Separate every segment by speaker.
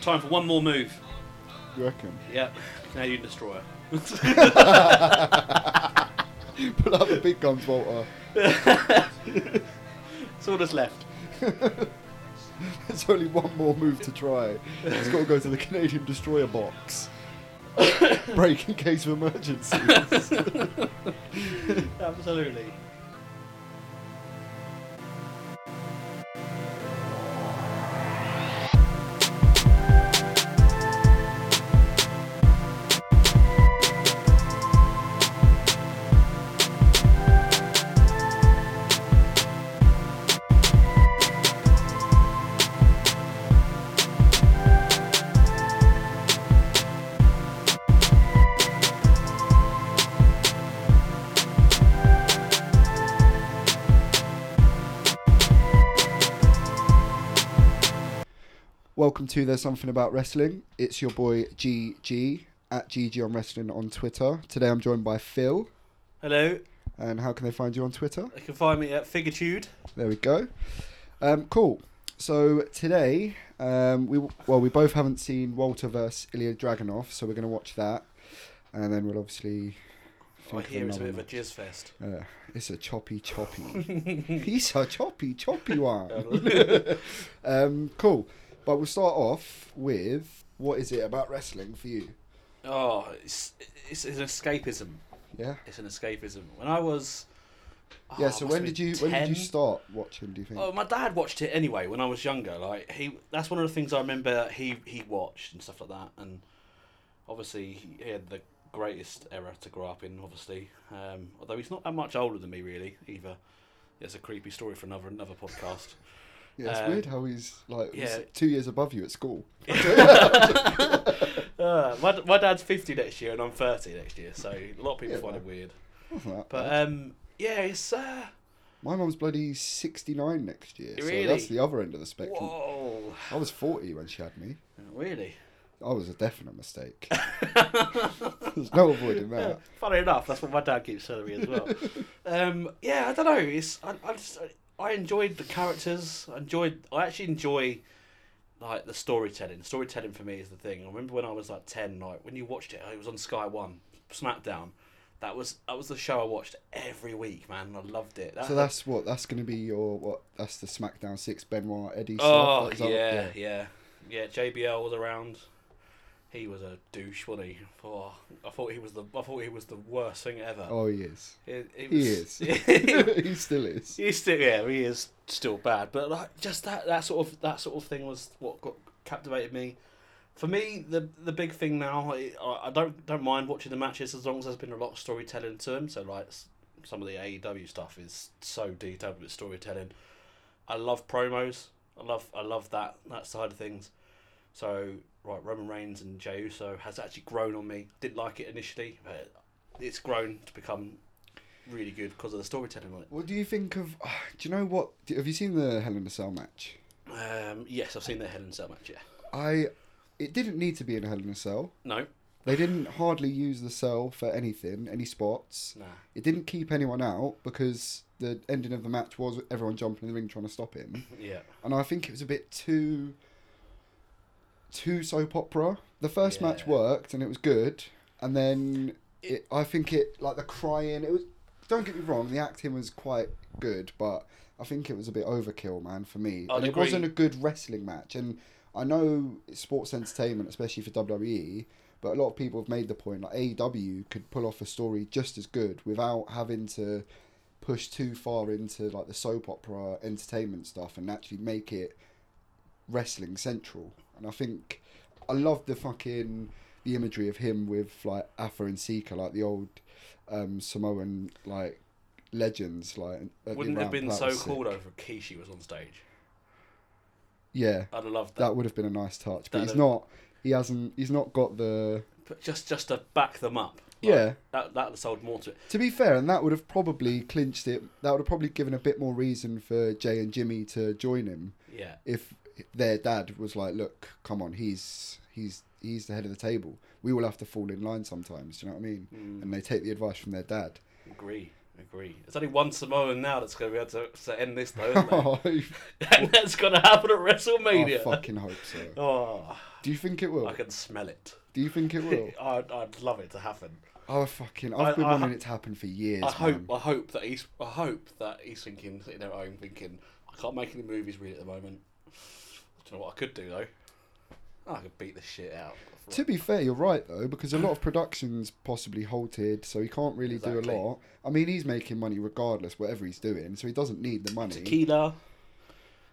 Speaker 1: Time for one more move.
Speaker 2: You reckon?
Speaker 1: Yep. Canadian destroyer.
Speaker 2: Pull out the big guns, Walter.
Speaker 1: It's all that's left.
Speaker 2: There's only one more move to try. It's got to go to the Canadian destroyer box. Break in case of emergency.
Speaker 1: Absolutely.
Speaker 2: Welcome to There's Something About Wrestling. It's your boy GG at GG on Wrestling on Twitter. Today I'm joined by Phil.
Speaker 1: Hello.
Speaker 2: And how can they find you on Twitter?
Speaker 1: You can find me at Figitude.
Speaker 2: There we go. Um, cool. So today, um, we well we both haven't seen Walter versus Ilya Dragunov, so we're going to watch that, and then we'll obviously.
Speaker 1: I
Speaker 2: think of
Speaker 1: hear it's a bit
Speaker 2: another
Speaker 1: of a
Speaker 2: match.
Speaker 1: jizz fest.
Speaker 2: Uh, it's a choppy, choppy. He's a choppy, choppy one. um, cool. But we'll start off with what is it about wrestling for you?
Speaker 1: oh, it's, it's an escapism.
Speaker 2: Yeah.
Speaker 1: It's an escapism. When I was oh,
Speaker 2: Yeah.
Speaker 1: I
Speaker 2: so
Speaker 1: must
Speaker 2: when
Speaker 1: have
Speaker 2: did you
Speaker 1: been
Speaker 2: when did you
Speaker 1: 10.
Speaker 2: start watching? Do you think?
Speaker 1: Oh, my dad watched it anyway when I was younger. Like he, that's one of the things I remember he he watched and stuff like that. And obviously he had the greatest era to grow up in. Obviously, um, although he's not that much older than me really either. It's a creepy story for another another podcast.
Speaker 2: yeah. It's
Speaker 1: uh,
Speaker 2: weird how he's like he's
Speaker 1: yeah.
Speaker 2: two years above you at school.
Speaker 1: Uh, my, my dad's fifty next year and I'm thirty next year, so a lot of people
Speaker 2: Yeah,
Speaker 1: find
Speaker 2: man.
Speaker 1: it weird.
Speaker 2: Wasn't that
Speaker 1: But
Speaker 2: bad?
Speaker 1: um, yeah, it's uh,
Speaker 2: My mum's bloody 69 next year.
Speaker 1: Really?
Speaker 2: So that's the other end of the spectrum.
Speaker 1: whoa,
Speaker 2: I was 40 when she had me.
Speaker 1: really.
Speaker 2: I was a definite mistake. There's no avoiding
Speaker 1: Yeah,
Speaker 2: that.
Speaker 1: funny enough, that's what my dad keeps telling me as well. um, yeah, I don't know. It's I, I just I enjoyed the characters. I enjoyed. I actually enjoy like the storytelling. Storytelling for me is the thing. I remember when I was like ten, like when you watched it, it was on Sky One, SmackDown. That was that was the show I watched every week, man. and I loved it. That-
Speaker 2: So that's what that's going to be your what that's the SmackDown six Benoit Eddie
Speaker 1: oh
Speaker 2: stuff. Is that what-
Speaker 1: yeah, yeah, yeah. JBL was around. He was a douche, wasn't he? Oh, I thought he was the I thought he was the worst thing ever.
Speaker 2: Oh, he is.
Speaker 1: It, it
Speaker 2: He
Speaker 1: was,
Speaker 2: is. he still is.
Speaker 1: He's still, yeah, he is still bad, but like just that, that sort of that sort of thing was what got captivated me. For me, the the big thing now, I, I don't don't mind watching the matches as long as there's been a lot of storytelling to them. So like s- some of the AEW stuff is so detailed with storytelling. I love promos. I love I love that that side of things. So right, Roman Reigns and Jey Uso has actually grown on me. Didn't like it initially, but it's grown to become really good because of the storytelling on it.
Speaker 2: What do you think of? ah, Do you know what? do- Have you seen the Hell in a Cell match?
Speaker 1: Um, yes, I've seen the Hell in a Cell match. Yeah.
Speaker 2: I. It didn't need to be in a Hell in a Cell.
Speaker 1: No.
Speaker 2: They didn't hardly use the cell for anything, any spots.
Speaker 1: Nah.
Speaker 2: It didn't keep anyone out because the ending of the match was everyone jumping in the ring trying to stop him.
Speaker 1: Yeah.
Speaker 2: And I think it was a bit too too soap opera. The first match
Speaker 1: Yeah.
Speaker 2: worked and it was good, and then it, I think it like the crying. It was. Don't get me wrong, the acting was quite good, but I think it was a bit overkill, man, for me.
Speaker 1: I'd
Speaker 2: and it
Speaker 1: agree.
Speaker 2: wasn't a good wrestling match. And I know it's sports entertainment, especially for WWE, but a lot of people have made the point like AEW could pull off a story just as good without having to push too far into like the soap opera entertainment stuff and actually make it wrestling central. And I think I love the fucking the imagery of him with like Afa and Sika, like the old um, Samoan like legends. Like at the
Speaker 1: Wouldn't it have
Speaker 2: round-
Speaker 1: been
Speaker 2: that
Speaker 1: so
Speaker 2: was
Speaker 1: cool
Speaker 2: sick.
Speaker 1: though if Kishi was on stage.
Speaker 2: Yeah,
Speaker 1: I'd have loved that.
Speaker 2: that would have been a nice touch, but he's
Speaker 1: That'd-
Speaker 2: not. He hasn't. He's not got the.
Speaker 1: But just just to back them up. Like,
Speaker 2: Yeah.
Speaker 1: That that sold more to it.
Speaker 2: To be fair, and that would have probably clinched it. That would have probably given a bit more reason for Jay and Jimmy to join him.
Speaker 1: Yeah.
Speaker 2: if their dad was like, "Look, come on, he's he's he's the head of the
Speaker 1: Hmm.
Speaker 2: table. We will have to fall in line sometimes." Do you know what I mean? And they take the advice from their dad.
Speaker 1: Agree. Agree. There's only one Samoan now that's going to be able to, to end this, though, isn't there?
Speaker 2: Oh,
Speaker 1: and that's going to happen at WrestleMania.
Speaker 2: I fucking hope so.
Speaker 1: Oh,
Speaker 2: Do you think it
Speaker 1: I
Speaker 2: will?
Speaker 1: can smell it.
Speaker 2: Do you think it will?
Speaker 1: I'd, I'd love it to happen.
Speaker 2: Oh fucking!
Speaker 1: I-
Speaker 2: I've been
Speaker 1: I-
Speaker 2: wanting it to happen for years.
Speaker 1: I hope.
Speaker 2: man.
Speaker 1: I hope that he's. I hope that he's thinking, sitting there at home, thinking, I can't make any movies really at the moment. Do you know what I could do though? I could beat the shit out. of-
Speaker 2: To be fair, you're right though, because a lot of productions possibly halted, so he can't really do
Speaker 1: Exactly.
Speaker 2: a lot. I mean, he's making money regardless, whatever he's doing, so he doesn't need the money.
Speaker 1: Tequila.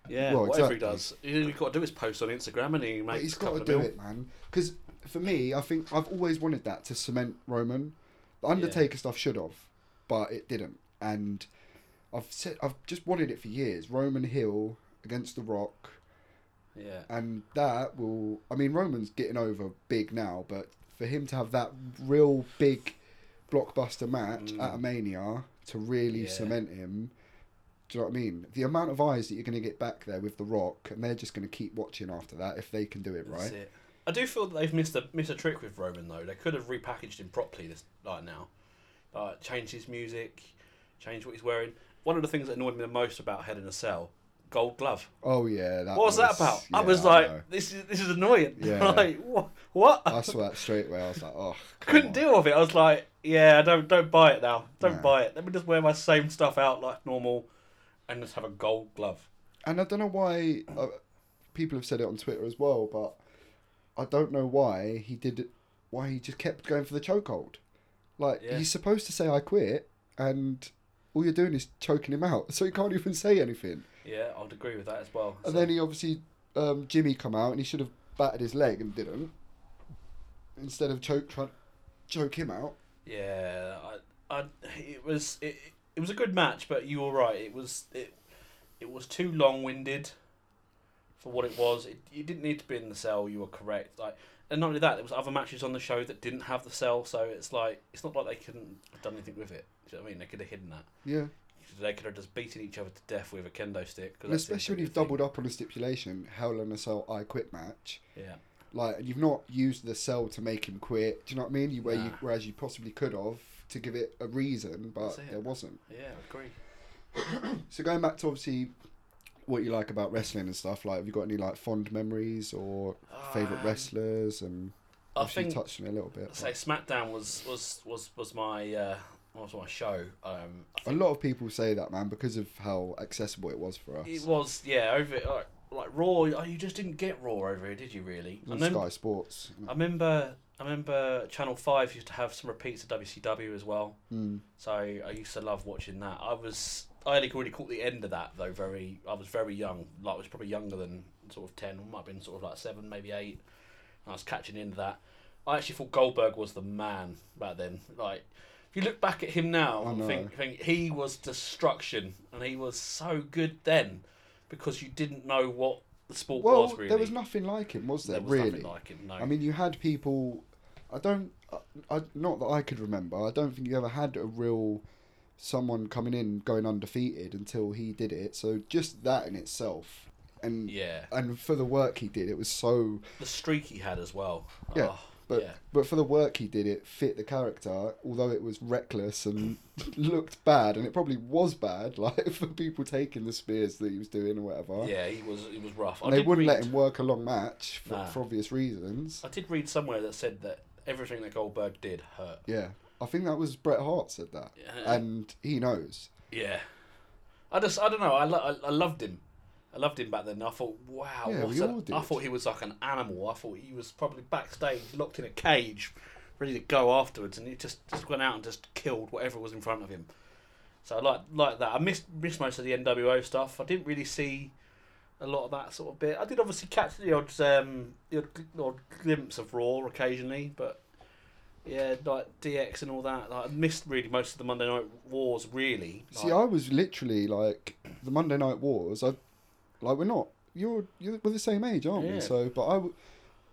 Speaker 1: Yeah,
Speaker 2: Well,
Speaker 1: whatever he does,
Speaker 2: exactly.
Speaker 1: all you've got to do is post on Instagram and he
Speaker 2: But
Speaker 1: makes
Speaker 2: he's
Speaker 1: a
Speaker 2: got
Speaker 1: couple
Speaker 2: to
Speaker 1: of
Speaker 2: do
Speaker 1: mil.
Speaker 2: it, man. Because for me, I think I've always wanted that to cement Roman. The Undertaker stuff should have, but it didn't. And I've said I've just wanted it for years. Roman Hill against The Rock,
Speaker 1: Yeah,
Speaker 2: and that will. I mean, Roman's getting over big now, but for him to have that real big blockbuster match
Speaker 1: Mm.
Speaker 2: at a Mania to really
Speaker 1: Yeah.
Speaker 2: cement him. Do you know what I mean? The amount of eyes that you're going to get back there with The Rock, and they're just going to keep watching after that if they can do it right.
Speaker 1: That's it. I do feel that they've missed a missed a trick with Roman though. They could have repackaged him properly this like now, uh, changed his music, changed what he's wearing. One of the things that annoyed me the most about Head in a Cell, Gold Glove.
Speaker 2: Oh yeah, that
Speaker 1: What was that about? I
Speaker 2: yeah,
Speaker 1: was
Speaker 2: know.
Speaker 1: like, this is this is annoying.
Speaker 2: Yeah.
Speaker 1: like what? What?
Speaker 2: I saw that straight away. I was like, oh, come
Speaker 1: couldn't
Speaker 2: on.
Speaker 1: deal with it. I was like, yeah, don't don't buy it now. Don't
Speaker 2: Nah.
Speaker 1: buy it. Let me just wear my same stuff out like normal, and just have a gold glove.
Speaker 2: And I don't know why uh, people have said it on Twitter as well, but I don't know why he did it. Why he just kept going for the chokehold? Like
Speaker 1: Yeah.
Speaker 2: he's supposed to say I quit, and all you're doing is choking him out, so he can't even say anything.
Speaker 1: Yeah, I'd agree with that as well.
Speaker 2: And
Speaker 1: So-
Speaker 2: then he obviously um, Jimmy come out, and he should have battered his leg and didn't. Instead of choke trying choke him out.
Speaker 1: Yeah, I, I, it was it, it was a good match, but you were right. It was it, it was too long winded for what it was. It, you didn't need to be in the cell. You were correct. Like, and not only that, there was other matches on the show that didn't have the cell. So it's like it's not like they couldn't have done anything with it. Do you know what I mean? They could have hidden that.
Speaker 2: Yeah.
Speaker 1: They could have just beaten each other to death with a kendo stick. 'cause
Speaker 2: And
Speaker 1: that's the
Speaker 2: especially when you've
Speaker 1: thing.
Speaker 2: doubled up on a stipulation, Hell in a Cell, I quit match.
Speaker 1: Yeah,
Speaker 2: Like, and you've not used the cell to make him quit. Do you know what I mean? You, where you,
Speaker 1: Nah.
Speaker 2: whereas you possibly could have to give it a reason, but
Speaker 1: That's it.
Speaker 2: there wasn't.
Speaker 1: yeah, I agree.
Speaker 2: So going back to obviously what you like about wrestling and stuff. Like, have you got any like fond memories or favorite
Speaker 1: Um,
Speaker 2: wrestlers? And
Speaker 1: I
Speaker 2: obviously you
Speaker 1: think
Speaker 2: touched on it a little bit.
Speaker 1: I say SmackDown was was was was my uh, was my show. Um, I
Speaker 2: but A lot of people say that, man, because of how accessible it was for us.
Speaker 1: It was, yeah. Over like, like Raw, oh, you just didn't get Raw over here, did you? Really?
Speaker 2: It
Speaker 1: I
Speaker 2: was
Speaker 1: remember,
Speaker 2: Sky Sports.
Speaker 1: I remember, I remember Channel Five used to have some repeats of WCW as well.
Speaker 2: Mm.
Speaker 1: So I used to love watching that. I was, I only really caught the end of that though. Very, I was very young. Like I was probably younger than sort of ten. Might have been sort of like seven, maybe eight. And I was catching into that. I actually thought Goldberg was the man back then. Like, if you look back at him now,
Speaker 2: I
Speaker 1: I
Speaker 2: know.
Speaker 1: think, think he was destruction, and he was so good then because you didn't know what the sport
Speaker 2: Well,
Speaker 1: was really.
Speaker 2: there was nothing like him, was there?
Speaker 1: There was
Speaker 2: really?
Speaker 1: nothing like him. No.
Speaker 2: I mean, you had people. I don't. I, I, not that I could remember. I don't think you ever had a real someone coming in going undefeated until he did it. So just that in itself, and
Speaker 1: yeah,
Speaker 2: and for the work he did, it was so.
Speaker 1: the streak he had as well.
Speaker 2: Yeah,
Speaker 1: Oh,
Speaker 2: But
Speaker 1: yeah.
Speaker 2: but for the work he did, it fit the character. Although it was reckless and looked bad, and it probably was bad, like for people taking the spears that he was doing or whatever.
Speaker 1: Yeah, he was. He was rough.
Speaker 2: And they
Speaker 1: did
Speaker 2: wouldn't
Speaker 1: read-
Speaker 2: let him work a long match for,
Speaker 1: Nah.
Speaker 2: for obvious reasons.
Speaker 1: I did read somewhere that said that everything that Goldberg did hurt.
Speaker 2: Yeah, I think that was Bret Hart said that,
Speaker 1: Yeah.
Speaker 2: and he knows.
Speaker 1: Yeah. I just, I don't know. I, lo- I, I loved him. I loved him back then. I thought, wow.
Speaker 2: Yeah,
Speaker 1: what's
Speaker 2: we
Speaker 1: that-
Speaker 2: all did.
Speaker 1: I thought he was like an animal. I thought he was probably backstage, locked in a cage, ready to go afterwards, and he just, just went out and just killed whatever was in front of him. So I like like that. I missed missed most of the NWO stuff. I didn't really see a lot of that sort of bit. I did obviously catch the odd um the odd, gl- odd glimpse of Raw occasionally, but yeah, like DX and all that. Like, I missed really most of the Monday Night Wars. Really,
Speaker 2: See, I was literally like the Monday Night Wars. I like we're not. You're you're we're the same age, aren't
Speaker 1: Yeah.
Speaker 2: we? So, but I, w-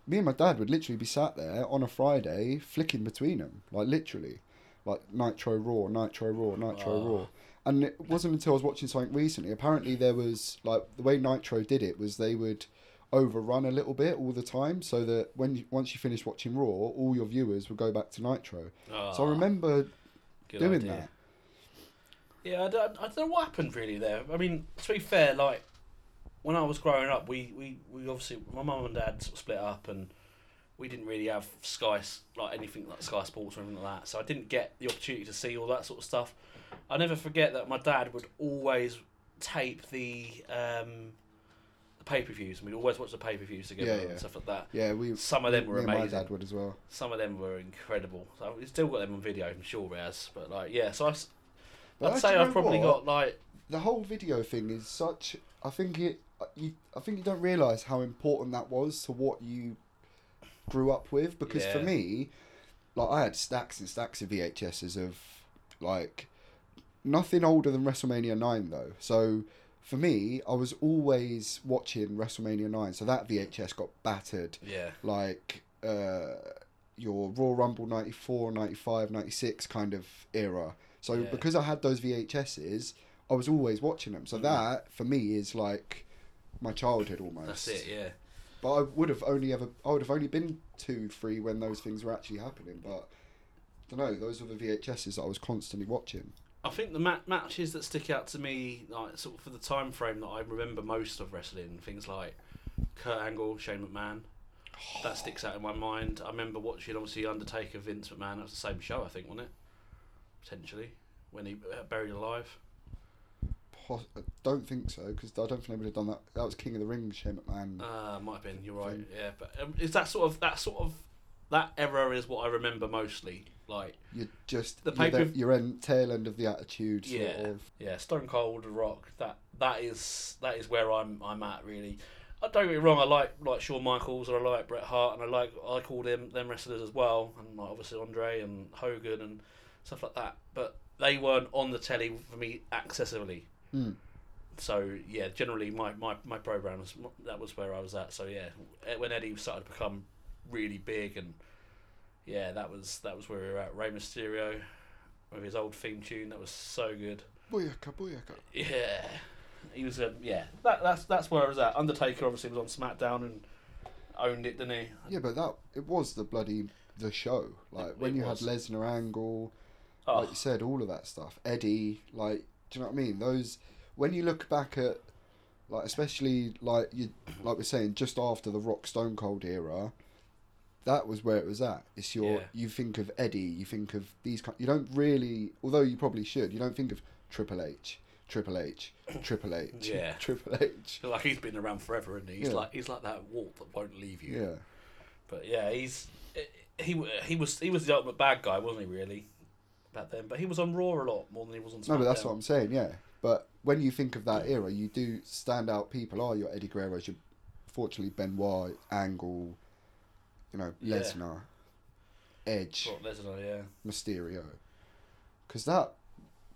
Speaker 2: me and my dad would literally be sat there on a Friday flicking between them, like literally, like Nitro Raw, Nitro Raw, Nitro
Speaker 1: Ah.
Speaker 2: Raw. And it wasn't until I was watching something recently. Apparently, there was like the way Nitro did it was they would overrun a little bit all the time, so that when you, once you finished watching Raw, all your viewers would go back to Nitro.
Speaker 1: Ah,
Speaker 2: So I remember
Speaker 1: good
Speaker 2: doing
Speaker 1: idea.
Speaker 2: that.
Speaker 1: Yeah, I don't, I don't know what happened really there. I mean, to be fair, like when I was growing up, we, we, we obviously my mum and dad sort of split up, and we didn't really have Sky s- like anything like Sky Sports or anything like that. So I didn't get the opportunity to see all that sort of stuff. I never forget that my dad would always tape the um, the pay per views, and we'd always watch the pay per views together
Speaker 2: Yeah, yeah.
Speaker 1: and stuff like that.
Speaker 2: Yeah, we.
Speaker 1: Some of them were
Speaker 2: me and my
Speaker 1: amazing.
Speaker 2: dad would as well.
Speaker 1: Some of them were incredible. So we've still got them on video, I'm sure, Raz. But like, yeah. So I, s-
Speaker 2: But
Speaker 1: I'd
Speaker 2: do
Speaker 1: say
Speaker 2: you
Speaker 1: I've
Speaker 2: know
Speaker 1: probably
Speaker 2: what?
Speaker 1: got like
Speaker 2: the whole video thing is such. I think it. You, I think you don't realize how important that was to what you grew up with. Because for
Speaker 1: Yeah.
Speaker 2: me, like I had stacks and stacks of VHSs of like nothing older than WrestleMania nine though. So for me, I was always watching WrestleMania nine. So that VHS got battered
Speaker 1: yeah,
Speaker 2: like uh, your Raw Rumble 94, 95, 96 kind of era. So
Speaker 1: Yeah.
Speaker 2: because I had those VHSs, I was always watching them. So
Speaker 1: Mm.
Speaker 2: that for me is like my childhood almost.
Speaker 1: that's it. Yeah.
Speaker 2: But I would have only ever I would have only been two, three when those things were actually happening. But I don't know. Those were the VHSs that I was constantly watching.
Speaker 1: I think the ma- matches that stick out to me, like sort of for the time frame that I remember most of wrestling, things like Kurt Angle, Shane McMahon, that sticks out in my mind. I remember watching obviously Undertaker, Vince McMahon. That was the same show, I think, wasn't it? Potentially, when he uh, buried alive.
Speaker 2: Pos- I don't think so because I don't think they would have done that. That was King of the Ring, Shane McMahon.
Speaker 1: Uh, might have been. You're right.
Speaker 2: Thing.
Speaker 1: Yeah, but um, is that sort of that sort of that era is what I remember mostly. Like
Speaker 2: you're just
Speaker 1: the
Speaker 2: you're,
Speaker 1: pay-per-
Speaker 2: the, you're end, tail end of the attitude. Sort
Speaker 1: Yeah.
Speaker 2: of.
Speaker 1: yeah, Stone Cold, The Rock. That that is that is where I'm I'm at really. I don't get me wrong. I like like Shawn Michaels and I like Bret Hart and I like I call them them wrestlers as well and like obviously Andre and Hogan and stuff like that. But they weren't on the telly for me accessibly.
Speaker 2: Hmm.
Speaker 1: So yeah, generally my my my programs that was where I was at. So yeah, eh, when Eddie started to become really big and yeah, that was that was where we were at. Rey Mysterio with his old theme tune that was so good.
Speaker 2: Booyaka, booyaka.
Speaker 1: Yeah, he was a yeah. That, that's that's where I was at. Undertaker obviously was on SmackDown and owned it, didn't he?
Speaker 2: Yeah, but that it was the bloody the show. Like
Speaker 1: It-
Speaker 2: when
Speaker 1: it
Speaker 2: you
Speaker 1: was.
Speaker 2: had Lesnar angle,
Speaker 1: Oh,
Speaker 2: like you said, all of that stuff. Eddie, like do you know what I mean? Those when you look back at like especially like you like we're saying, just after the rock stone cold era, that was where it was at. It's your
Speaker 1: Yeah.
Speaker 2: you think of Eddie, you think of these kind you don't really although you probably should, you don't think of Triple H, Triple H, Triple H,
Speaker 1: Yeah.
Speaker 2: Triple H.
Speaker 1: like he's been around forever, and he's
Speaker 2: Yeah.
Speaker 1: like he's like that walk that won't leave you.
Speaker 2: Yeah.
Speaker 1: But yeah, he's he he was he was the ultimate bad guy, wasn't he? Really, back then. But he was on Raw a lot more than he was on SmackDown.
Speaker 2: No, but that's what I'm saying, yeah. But when you think of that era, you do stand out people are your Eddie Guerrero's, your, fortunately, Benoit, Angle, you know,
Speaker 1: Yeah.
Speaker 2: Lesnar, Edge,
Speaker 1: Brock Lesnar, yeah.
Speaker 2: Mysterio. Because that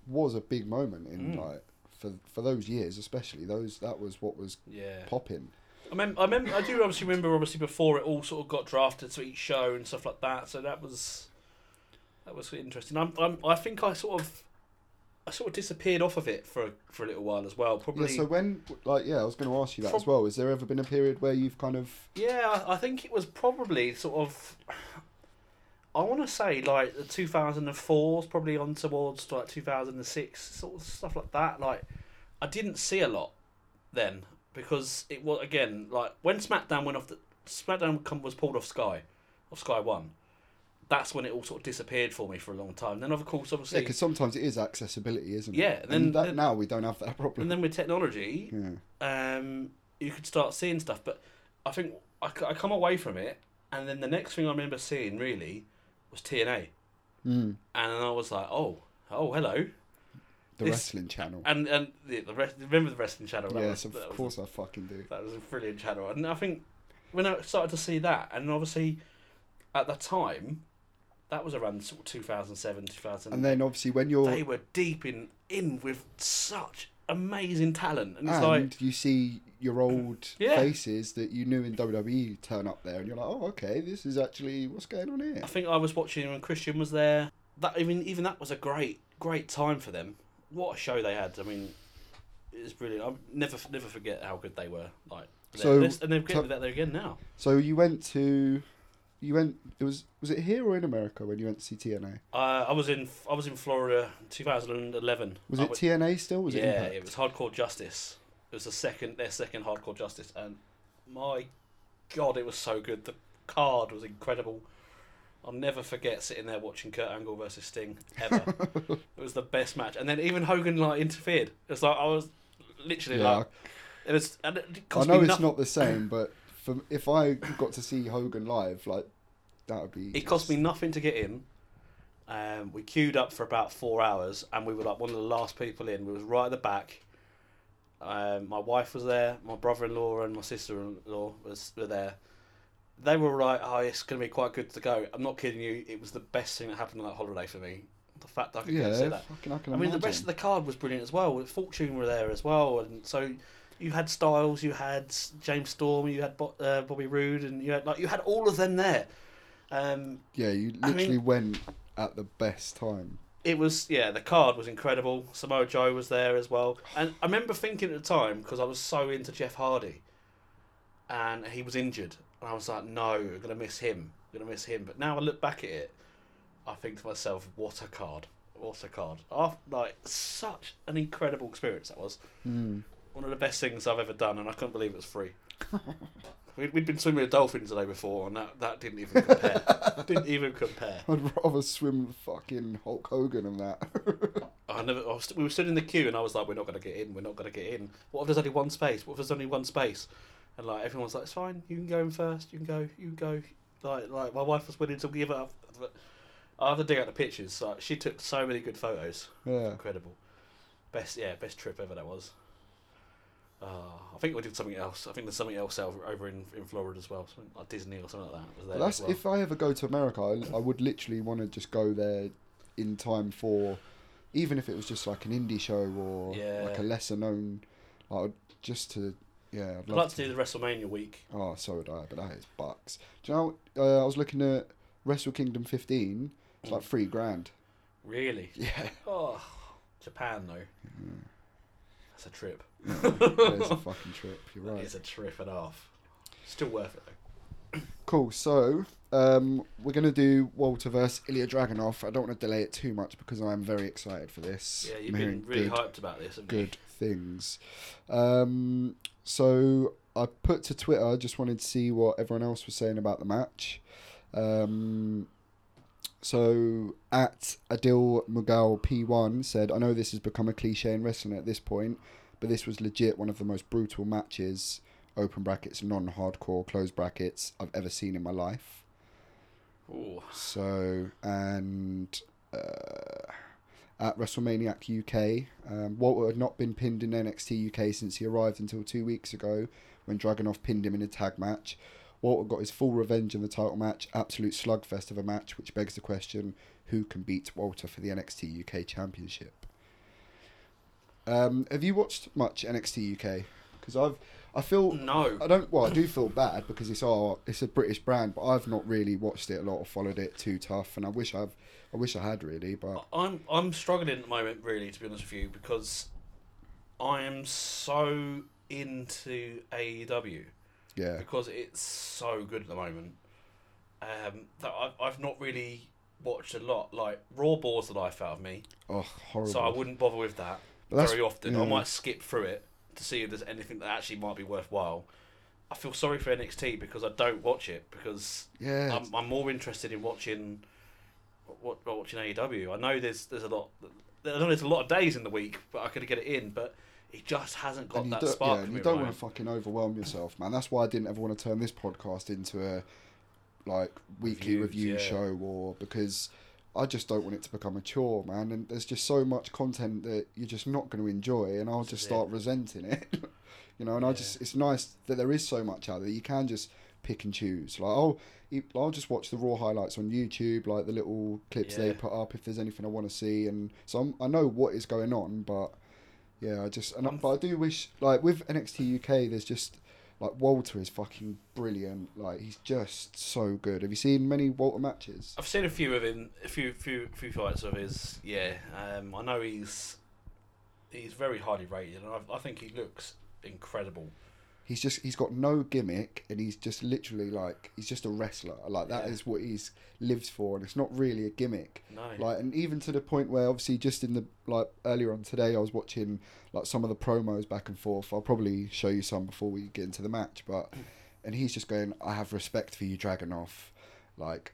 Speaker 2: was a big moment in,
Speaker 1: Mm.
Speaker 2: like, for, for those years, especially those, that was what was
Speaker 1: Yeah,
Speaker 2: popping.
Speaker 1: I remember, I remember, I do obviously remember, obviously before it all sort of got drafted to each show and stuff like that. So that was that was interesting. I'm, I'm I think I sort of I sort of disappeared off of it for for a little while as well.
Speaker 2: Yeah,
Speaker 1: Probably, yeah.
Speaker 2: so when, like, yeah, I was going to ask you that
Speaker 1: From-
Speaker 2: as well. Has there ever been a period where you've kind of,
Speaker 1: I I think it was probably sort of. I want to say like the 2004s, probably on towards like 2006, sort of stuff like that. Like, I didn't see a lot then because it was again like when SmackDown went off the SmackDown come- was pulled off Sky, off Sky One. That's when it all sort of disappeared for me for a long time. Then of course,
Speaker 2: yeah,
Speaker 1: obviously,
Speaker 2: because sometimes it is accessibility, isn't it?
Speaker 1: Yeah, and then-
Speaker 2: and that,
Speaker 1: then-
Speaker 2: now we don't have that
Speaker 1: and
Speaker 2: problem.
Speaker 1: then with technology,
Speaker 2: yeah.
Speaker 1: um, you could start seeing stuff. But I think I, c- I come away from it, and then the next thing I remember seeing really was TNA,
Speaker 2: Mm.
Speaker 1: and I was like, oh, oh, hello,
Speaker 2: The
Speaker 1: This-
Speaker 2: wrestling channel.
Speaker 1: and and the, the rest. Remember the wrestling channel? That
Speaker 2: yes,
Speaker 1: was- that
Speaker 2: of
Speaker 1: was-
Speaker 2: course I fucking do.
Speaker 1: That was a brilliant channel, and I think when I started to see that, and obviously at the time, that was around sort of two thousand seven, two thousand.
Speaker 2: And then obviously when you're
Speaker 1: they were deep in in with such amazing talent, and it's
Speaker 2: and
Speaker 1: like
Speaker 2: you see your old
Speaker 1: Yeah.
Speaker 2: faces that you knew in WWE turn up there, and you're like, oh okay, this is actually what's going on here.
Speaker 1: I think I was watching when Christian was there. That even even that was a great great time for them. What a show they had! I mean, it's brilliant. I'll never never forget how good they were. Like,
Speaker 2: So,
Speaker 1: so and they're
Speaker 2: to-
Speaker 1: getting that there again now.
Speaker 2: So you went to you went. It was was it here or in America when you went to see TNA?
Speaker 1: Uh, I was in I was in Florida 2011.
Speaker 2: Was
Speaker 1: I
Speaker 2: it
Speaker 1: went-
Speaker 2: TNA still? Was
Speaker 1: yeah,
Speaker 2: it Impact?
Speaker 1: it was Hardcore Justice. It was the second their second Hardcore Justice, and my God, it was so good. The card was incredible. I'll never forget sitting there watching Kurt Angle versus Sting ever. it was the best match, and then even Hogan like interfered. It's like I was literally
Speaker 2: Yeah,
Speaker 1: like it was. And it
Speaker 2: I
Speaker 1: cost
Speaker 2: know
Speaker 1: me
Speaker 2: it's
Speaker 1: nothing.
Speaker 2: not the same, but from if I got to see Hogan live, like that would be.
Speaker 1: It cost me nothing to get in. Um, we queued up for about four hours, and we were like one of the last people in. We was right at the back. Um, my wife was there. My brother-in-law and my sister-in-law was were there. They were like, "Oh, it's going to be quite good to go." I'm not kidding you. It was the best thing that happened on that holiday for me. The fact that I could go
Speaker 2: Yeah,
Speaker 1: see that.
Speaker 2: fucking, I can
Speaker 1: I mean, the rest of the card was brilliant as well. Fortune were there as well, and so you had Styles, you had James Storm, you had Bo- uh, Bobby Roode, and you had like you had all of them there. Um,
Speaker 2: yeah, you
Speaker 1: I mean-
Speaker 2: literally went at the best time.
Speaker 1: it was yeah the card was incredible samoa joe was there as well and i remember thinking at the time because i was so into jeff hardy and he was injured and i was like no i'm gonna miss him i'm gonna miss him but now i look back at it i think to myself what a card what a card After, like such an incredible experience that was
Speaker 2: Mm.
Speaker 1: one of the best things i've ever done and i couldn't believe it was free We'd we'd been swimming with dolphins the day before, and that, that didn't even compare. didn't even compare.
Speaker 2: I'd rather swim with fucking Hulk Hogan than that.
Speaker 1: I never. I was, we were stood in the queue, and I was like, "We're not going to get in. We're not going to get in. What if there's only one space? What if there's only one space?" And like everyone was like, "It's fine. You can go in first. You can go. You can go." Like like my wife was willing to give up. but I have to dig out the pictures. Like she took so many good photos.
Speaker 2: yeah.
Speaker 1: Incredible. Best yeah, best trip ever that was. Uh, I think we did something else. I think there's something else over, over in, in Florida as well, something like Disney or something like that. Was there
Speaker 2: But that's
Speaker 1: as well.
Speaker 2: if I ever go to America, I, I would literally want to just go there in time for, even if it was just like an indie show or like
Speaker 1: Yeah.
Speaker 2: a lesser known, like just to yeah. I'd
Speaker 1: I'd
Speaker 2: love
Speaker 1: like to do the WrestleMania week.
Speaker 2: Oh, so would I, but that is bucks. Do you know? Uh, I was looking at Wrestle Kingdom 15. It's like three grand.
Speaker 1: Really?
Speaker 2: Yeah,
Speaker 1: Oh, Japan though.
Speaker 2: Mm.
Speaker 1: That's a trip.
Speaker 2: there's a fucking trip. You're right.
Speaker 1: It's a trip and a half. Still worth it though.
Speaker 2: Cool. So um, we're gonna do Walter versus Ilya Dragunov. I don't want to delay it too much because I'm very excited for this.
Speaker 1: Yeah, you've
Speaker 2: I'm
Speaker 1: been
Speaker 2: hearing
Speaker 1: really
Speaker 2: good,
Speaker 1: hyped about this. haven't you?
Speaker 2: good things. Um, so I put to Twitter. Just wanted to see what everyone else was saying about the match. Um, So at Adil Mughal P1 said, I know this has become a cliche in wrestling at this point, but this was legit one of the most brutal matches, open brackets, non hardcore, close brackets, I've ever seen in my life.
Speaker 1: Ooh.
Speaker 2: So, and uh, at WrestleManiac UK, um, Walter had not been pinned in NXT UK since he arrived until two weeks ago when Dragunov pinned him in a tag match. Walter got his full revenge in the title match, absolute slugfest of a match, which begs the question who can beat Walter for the NXT UK Championship? Um, have you watched much NXT UK? Because I've, I feel I
Speaker 1: No.
Speaker 2: don't. Well, I do feel bad because it's our it's a British brand, but I've not really watched it a lot or followed it too tough, and I wish I've I wish I had really, but
Speaker 1: I'm I'm struggling at the moment, really, to be honest with you, because I am so into AEW
Speaker 2: yeah,
Speaker 1: because it's so good at the moment. Um, that I've I've not really watched a lot. Like Raw bores the life out of me,
Speaker 2: oh horrible.
Speaker 1: so I wouldn't bother with that.
Speaker 2: But that's- mm.
Speaker 1: very often.
Speaker 2: yeah.
Speaker 1: I might skip through it to see if there's anything that actually might be worthwhile. I feel sorry for NXT because I don't watch it because
Speaker 2: yeah,
Speaker 1: I'm, I'm more interested in watching what watching AEW. I know there's there's a lot. I know there's a lot of days in the week, but I could get it in. But it just hasn't got
Speaker 2: and you
Speaker 1: that
Speaker 2: don't,
Speaker 1: spark.
Speaker 2: yeah, and
Speaker 1: for
Speaker 2: you
Speaker 1: me,
Speaker 2: don't
Speaker 1: Ryan.
Speaker 2: want to fucking overwhelm yourself, man. That's why I didn't ever want to turn this podcast into a like weekly
Speaker 1: Reviews,
Speaker 2: review
Speaker 1: yeah.
Speaker 2: show or because I just don't want it to become a chore, man. And there's just so much content that you're just not going to enjoy, and I'll
Speaker 1: This
Speaker 2: just
Speaker 1: is
Speaker 2: start resenting it. you know, and I
Speaker 1: Yeah.
Speaker 2: just it's nice that there is so much out there. You can just pick and choose. Like I'll e, I'll just watch the raw highlights on YouTube, like the little clips they
Speaker 1: Yeah.
Speaker 2: put up if there's anything I want to see, and so I'm, I know what is going on, but yeah, I just and I,
Speaker 1: I'm-
Speaker 2: but I do wish like with NXT UK, there's just like Walter is fucking brilliant. Like he's just so good. Have you seen many Walter matches?
Speaker 1: I've seen a few of him, a few few few fights of his. Yeah, um, I know he's he's very highly rated, and I, I think he looks incredible.
Speaker 2: He's just he's got no gimmick, and he's just literally like he's just a wrestler. Like that is
Speaker 1: Yeah.
Speaker 2: what he's lived for, and it's not really a gimmick.
Speaker 1: No.
Speaker 2: Like, and even to the point where obviously just in the like earlier on today, I was watching like some of the promos back and forth. I'll probably show you some before we get into the match, but
Speaker 1: Mm.
Speaker 2: and he's just going, "I have respect for you, Dragonoff. Like,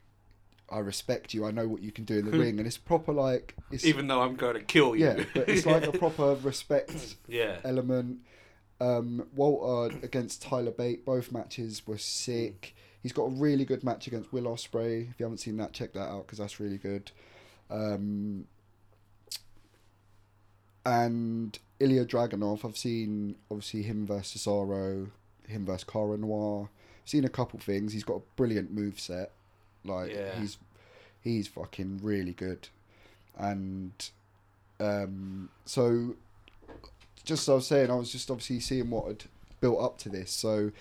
Speaker 2: I respect you. I know what you can do in the ring." And it's proper like it's
Speaker 1: Even though I'm going to kill you.
Speaker 2: yeah, but it's like a proper respect
Speaker 1: yeah.
Speaker 2: element. Um, Walter against Tyler Bate, both matches were sick. He's got a really good match against Will Osprey. If you haven't seen that, check that out because that's really good. Um, and Ilya Dragunov, I've seen obviously him versus Cesaro, him versus Cara Noir. I've seen a couple things. He's got a brilliant move set. Like
Speaker 1: Yeah.
Speaker 2: he's he's fucking really good. And um, so just as I was saying, I was just obviously seeing what had built up to this. So it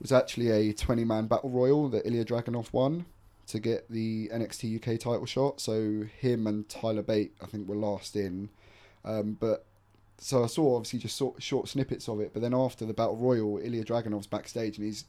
Speaker 2: was actually a 20 man battle royal that Ilya Dragunov won to get the NXT UK title shot. So him and Tyler Bate, I think, were last in. Um, but so I saw obviously just sort, short snippets of it. But then after the battle royal, Ilya Dragunov's backstage and he's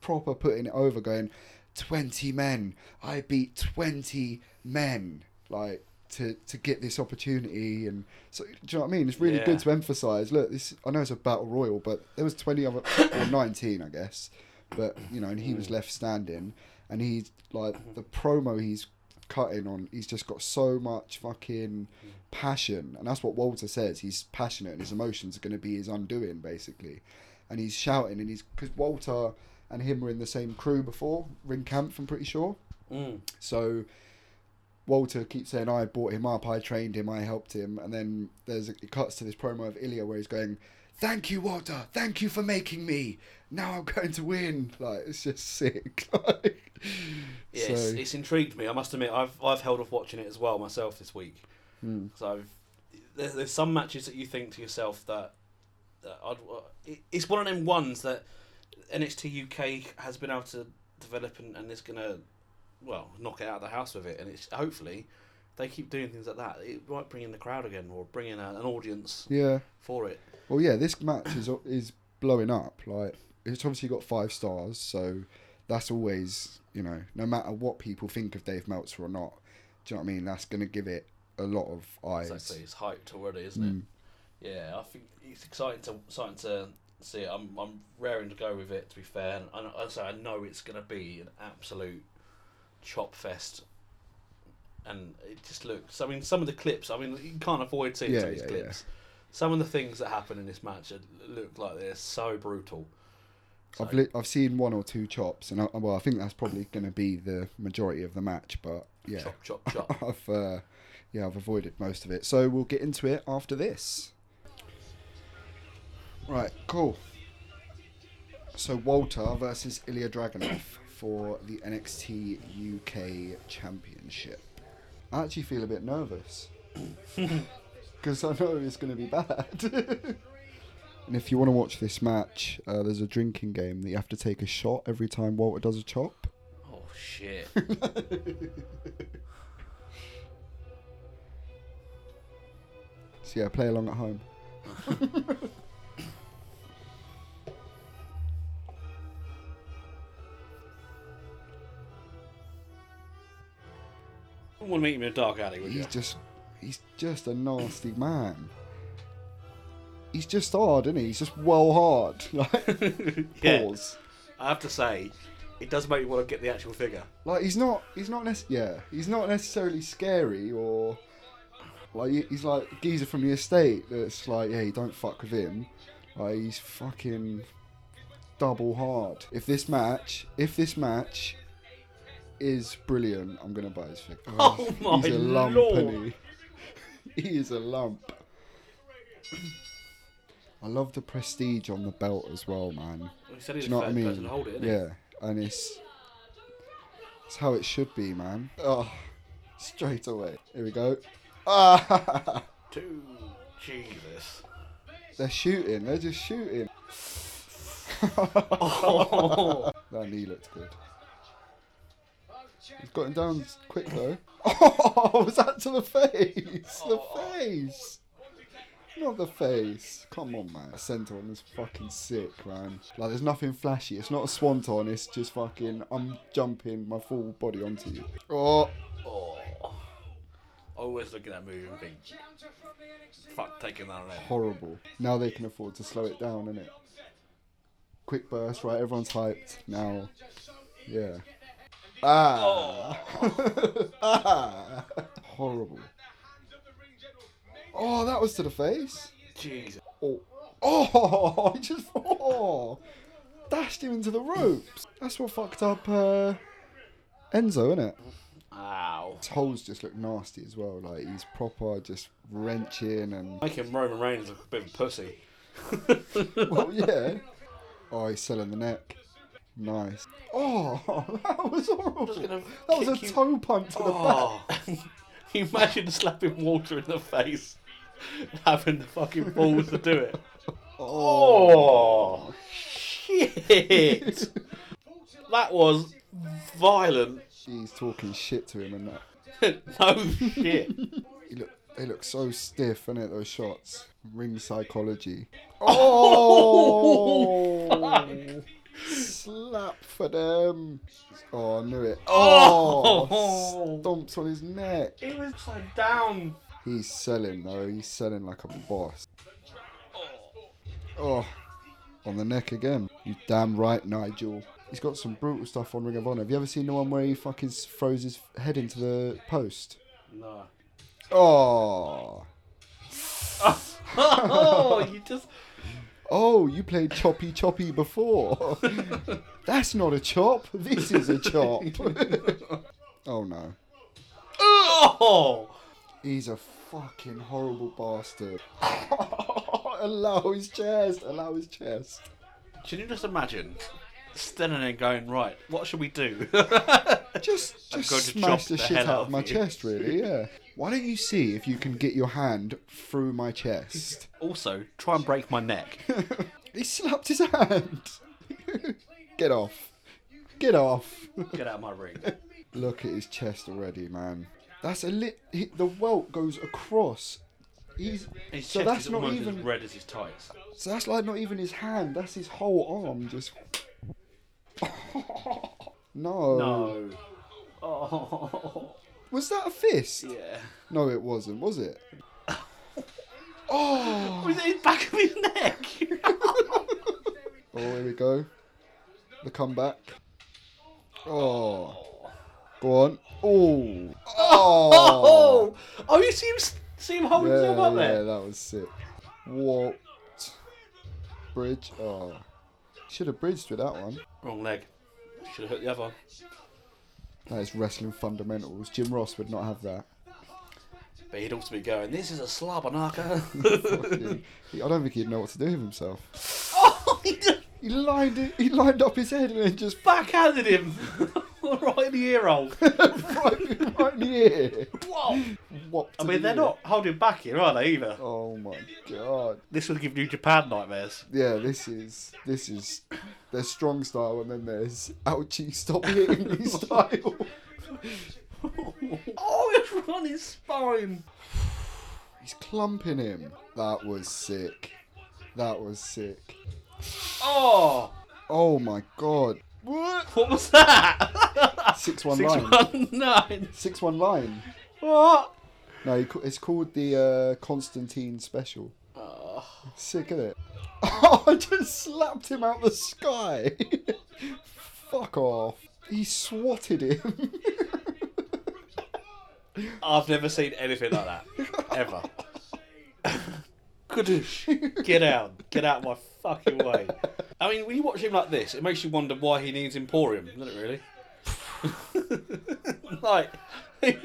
Speaker 2: proper putting it over, going, 20 men. I beat 20 men. Like, to, to get this opportunity and so do you know what I mean? It's really
Speaker 1: Yeah.
Speaker 2: good to emphasize. Look, this I know it's a battle royal, but there was twenty other or nineteen, I guess. But you know, and he was left standing, and he's like the promo he's cutting on. He's just got so much fucking passion, and that's what Walter says. He's passionate, and his emotions are going to be his undoing, basically. And he's shouting, and he's because Walter and him were in the same crew before Ring Camp, I'm pretty sure.
Speaker 1: Mm.
Speaker 2: So Walter keeps saying, I brought him up, I trained him, I helped him. And then there's it cuts to this promo of Ilya where he's going, Thank you, Walter. Thank you for making me. Now I'm going to win. Like, it's just sick. Like,
Speaker 1: Yeah,
Speaker 2: so,
Speaker 1: it's, it's intrigued me. I must admit, I've I've held off watching it as well myself this week.
Speaker 2: Hmm.
Speaker 1: So I've, there, there's some matches that you think to yourself that, that I'd, uh, it- it's one of them ones that NXT UK has been able to develop and, and is gonna, well, knock it out of the house with it. And it's hopefully they keep doing things like that. It might bring in the crowd again or bring in a, an audience
Speaker 2: yeah.
Speaker 1: for it.
Speaker 2: Well, yeah, this match is is blowing up. Like, it's obviously got five stars, so that's always you know, no matter what people think of Dave Meltzer or not, do you know what I mean? That's going to give it a lot of eyes.
Speaker 1: Exactly, it's hyped already, isn't
Speaker 2: Mm.
Speaker 1: it? Yeah, I think it's exciting to exciting to see it. I'm I'm raring to go with it. To be fair, and I, I say I know it's going to be an absolute chop fest. And it just looks. I mean, some of the clips. I mean, you can't avoid seeing some
Speaker 2: Yeah,
Speaker 1: of these
Speaker 2: yeah, yeah.
Speaker 1: clips. Some of the things that happen in this match are- look like they're so brutal.
Speaker 2: I've li- I've seen one or two chops, and I, well, I think that's probably going to be the majority of the match. But yeah,
Speaker 1: Chop, chop, chop.
Speaker 2: I've uh, yeah I've avoided most of it. So we'll get into it after this. Right, cool. So Walter versus Ilya Dragunov for the NXT UK Championship. I actually feel a bit nervous because I know it's going to be bad. and if you want to watch this match, uh, there's a drinking game that you have to take a shot every time Walter does a chop.
Speaker 1: oh shit!
Speaker 2: So yeah, play along at home.
Speaker 1: Wouldn't want to meet him in a dark alley, would you?
Speaker 2: He's just he's just a nasty man. He's just hard, isn't he? He's just well hard. Like
Speaker 1: Yeah.
Speaker 2: pause.
Speaker 1: I have to say, it does make me want to get the actual figure.
Speaker 2: Like he's not he's not nec- yeah, he's not necessarily scary or like he- he's like geezer from the estate that's like, yeah, you don't fuck with him. Like he's fucking double hard. If this match if this match is brilliant, I'm gonna buy his figure.
Speaker 1: Oh my
Speaker 2: he's a lump,
Speaker 1: lord.
Speaker 2: isn't he? He is a lump. I love the prestige on the belt as well, man.
Speaker 1: He said he's the
Speaker 2: Do you know what I
Speaker 1: first
Speaker 2: mean?
Speaker 1: person to hold it, isn't he?
Speaker 2: yeah, and it's it's how it should be, man. Oh, straight away. Here we go. Ah,
Speaker 1: Two. Jesus.
Speaker 2: they're shooting. They're just shooting.
Speaker 1: Oh,
Speaker 2: That knee looked good. He's got him down quick Oh, though. was that to the face? The face. Not the face. Come on, man. Senton is fucking sick, man. Like, there's nothing flashy. It's not a swanton. It's just fucking. I'm jumping my full body onto you. Oh,
Speaker 1: Oh. I always look at that movie and think, fuck, taking that on end.
Speaker 2: horrible. Now they can afford to slow it down, innit? Quick burst, right? Everyone's hyped now. Yeah. Ah. ah. Horrible. Oh, that was to the face.
Speaker 1: Jesus.
Speaker 2: Oh, oh, he just oh, dashed him into the ropes. That's what fucked up uh, Enzo, innit?
Speaker 1: Ow.
Speaker 2: His holes just look nasty as well. Like he's proper, just wrenching and
Speaker 1: Making Roman Reigns look a bit of a pussy.
Speaker 2: well, yeah. Oh, he's selling the neck. Nice. Oh, that was horrible.
Speaker 1: just gonna
Speaker 2: That was a
Speaker 1: kick you-
Speaker 2: toe punch to the back.
Speaker 1: Oh. Imagine slapping Walter in the face, and having the fucking balls to do it. Oh, shit! that was violent.
Speaker 2: He's talking shit to him and that.
Speaker 1: no shit.
Speaker 2: He look, they look so stiff, innit, those shots. Ring psychology. Oh! Slap for them. Oh, I knew it. Oh!
Speaker 1: Oh.
Speaker 2: Stomps on his neck.
Speaker 1: He was upside down.
Speaker 2: He's selling, though. He's selling like a boss. Oh, on the neck again. You damn right, Nigel. He's got some brutal stuff on Ring of Honor. Have you ever seen the one where he fucking s- throws his head into the post?
Speaker 1: No.
Speaker 2: Oh.
Speaker 1: Oh, you just.
Speaker 2: Oh, you played choppy choppy before. That's not a chop. This is a chop. oh no.
Speaker 1: Oh!
Speaker 2: He's a fucking horrible bastard. allow his chest. Allow his chest.
Speaker 1: Can you just imagine standing there going, right, what should we do?
Speaker 2: Just, just
Speaker 1: going to
Speaker 2: smash
Speaker 1: chop
Speaker 2: the,
Speaker 1: the
Speaker 2: shit
Speaker 1: hell
Speaker 2: out
Speaker 1: out
Speaker 2: of
Speaker 1: of
Speaker 2: my
Speaker 1: you.
Speaker 2: chest, really. Yeah. Why don't you see if you can get your hand through my chest?
Speaker 1: also, try and break my neck.
Speaker 2: he slapped his hand. get off. Get off.
Speaker 1: Get out of my ring.
Speaker 2: Look at his chest already, man. That's a lit. He, the welt goes across. He's
Speaker 1: His
Speaker 2: so
Speaker 1: chest
Speaker 2: that's
Speaker 1: is
Speaker 2: not
Speaker 1: almost
Speaker 2: even.
Speaker 1: as red as his tights.
Speaker 2: So that's like not even his hand. That's his whole arm. Just. no.
Speaker 1: No. Oh,
Speaker 2: Was that a fist?
Speaker 1: yeah.
Speaker 2: No, it wasn't. Was it?
Speaker 1: Was it his back of his neck?
Speaker 2: Oh, here we go. The comeback. Oh. Go on. Oh. Oh.
Speaker 1: Oh! Oh, you see him, see him hold himself
Speaker 2: Yeah,
Speaker 1: up
Speaker 2: yeah,
Speaker 1: there?
Speaker 2: that was sick. What? Bridge. Oh. Should have bridged with that one.
Speaker 1: Wrong leg. Should have hit the other.
Speaker 2: That is wrestling fundamentals. Jim Ross would not have that.
Speaker 1: But he'd also be going, this is a slobber knocker.
Speaker 2: Fucking- he- I don't think he'd know what to do with himself.
Speaker 1: oh, he just
Speaker 2: He lined it, he lined up his head and then just
Speaker 1: backhanded him. right in the ear hole.
Speaker 2: right, right in the ear.
Speaker 1: Whoa.
Speaker 2: Whopped
Speaker 1: I
Speaker 2: in
Speaker 1: mean,
Speaker 2: the
Speaker 1: they're
Speaker 2: ear.
Speaker 1: not holding back here, are they, either?
Speaker 2: Oh my god.
Speaker 1: This would give New Japan nightmares.
Speaker 2: Yeah, this is this is there's strong style and then there's ouchie stop hitting me style.
Speaker 1: oh, it's on his spine.
Speaker 2: He's clumping him. That was sick. That was sick.
Speaker 1: Oh,
Speaker 2: Oh my god.
Speaker 1: what was that?
Speaker 2: Six one
Speaker 1: Six
Speaker 2: line.
Speaker 1: one nine.
Speaker 2: Six one line.
Speaker 1: What?
Speaker 2: No, he ca- it's called the uh, Constantine special. Sick, isn't it? Oh, I just slapped him out the sky. Fuck off. He swatted him.
Speaker 1: I've never seen anything like that ever. Goodush. Get out. Get out of my fucking way. I mean, when you watch him like this, it makes you wonder why he needs Emporium, doesn't it? Really? like,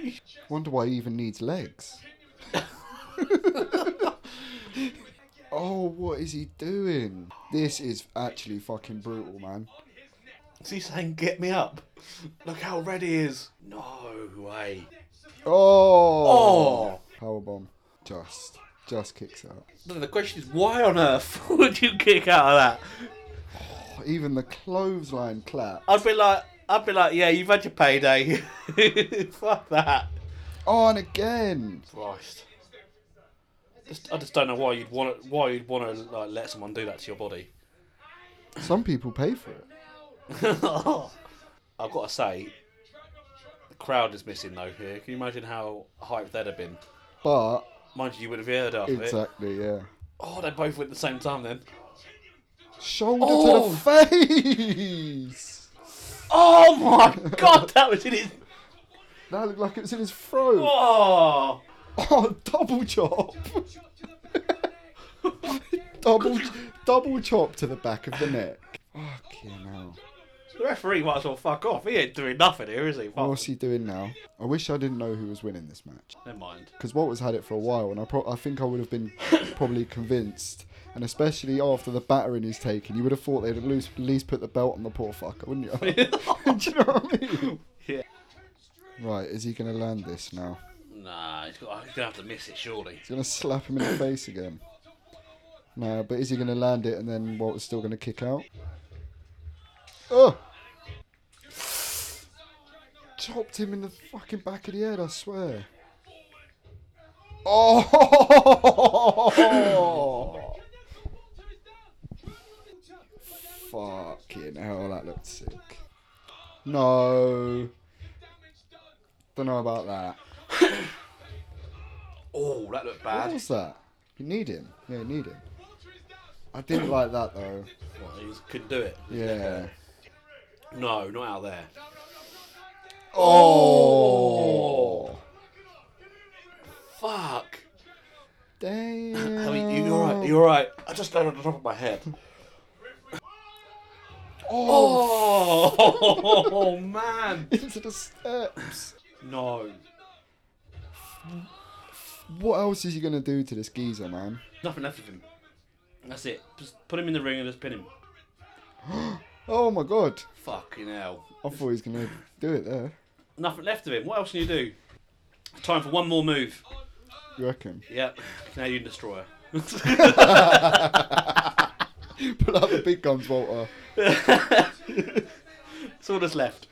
Speaker 2: Wonder why he even needs legs. oh, what is he doing? This is actually fucking brutal, man.
Speaker 1: is he saying, "Get me up"? Look how red he is. No way.
Speaker 2: Oh,
Speaker 1: Oh.
Speaker 2: powerbomb. Just, just kicks out.
Speaker 1: No, Oh. the question is, why on earth would you kick out of that?
Speaker 2: Oh, even the clothesline clap.
Speaker 1: I'd be like, I'd be like, yeah, you've had your payday. Fuck that.
Speaker 2: Oh, and again.
Speaker 1: Christ. just, I just don't know why you'd want to, why you'd want to like let someone do that to your body.
Speaker 2: Some people pay for it.
Speaker 1: I've got to say, the crowd is missing though here. Can you imagine how hyped they'd have been?
Speaker 2: But
Speaker 1: Mind you, you would have heard after it.
Speaker 2: exactly, yeah.
Speaker 1: Oh, they both went at the same time then.
Speaker 2: Shoulder
Speaker 1: Oh!
Speaker 2: to the face.
Speaker 1: Oh my god, that was in his.
Speaker 2: That looked like it was in his throat.
Speaker 1: Oh,
Speaker 2: Oh, double chop. double, double chop to the back of the neck. Fucking hell.
Speaker 1: the referee might as well fuck off. He ain't doing nothing here, is he? Fuck.
Speaker 2: What's he doing now? I wish I didn't know who was winning this match.
Speaker 1: Never mind.
Speaker 2: because Walter's had it for a while, and I, pro- I think I would have been probably convinced. And especially after the battering he's taken, you would have thought they'd at least, at least put the belt on the poor fucker, wouldn't you? Do you know what I mean?
Speaker 1: Yeah.
Speaker 2: Right, is he going to land this now?
Speaker 1: Nah, he's, got, he's gonna have to miss it surely.
Speaker 2: He's going to slap him in the face again. No, but is he going to land it and then Walter's still going to kick out? Oh! Chopped him in the fucking back of the head, I swear. Oh! Fucking hell, that looked sick. No. Don't know about that.
Speaker 1: Oh, that looked
Speaker 2: What
Speaker 1: bad.
Speaker 2: was that? You need him. Yeah, you need him. I didn't like that though.
Speaker 1: Well, he was- couldn't do it.
Speaker 2: Yeah.
Speaker 1: No, not out there.
Speaker 2: Oh.
Speaker 1: Fuck.
Speaker 2: Damn.
Speaker 1: I mean, you're right. You're right. I just got on the top of my head.
Speaker 2: oh.
Speaker 1: Oh, man.
Speaker 2: Into the steps.
Speaker 1: No.
Speaker 2: What else is he gonna do to this geezer, man?
Speaker 1: Nothing left of him. That's it. Just put him in the ring and just pin him.
Speaker 2: Oh my god.
Speaker 1: Fucking hell.
Speaker 2: I thought he was gonna do it there.
Speaker 1: Nothing left of him. What else can you do? Time for one more move.
Speaker 2: You reckon?
Speaker 1: Yep. Canadian Destroyer.
Speaker 2: Pull out the big guns, Walter.
Speaker 1: That's all that's left.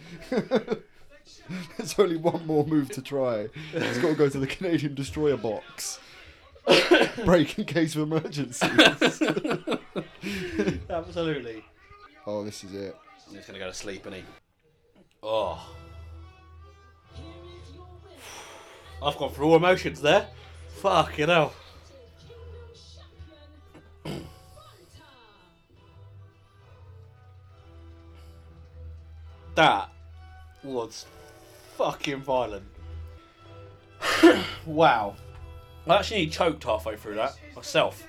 Speaker 2: There's only one more move to try. It's got to go to the Canadian destroyer box. Break in case of emergency.
Speaker 1: Absolutely.
Speaker 2: oh, this is it.
Speaker 1: He's going to go to sleep, isn't he? Oh. I've gone through all emotions there. Fucking hell. That was fucking violent. wow. I actually choked halfway through that Uh, myself.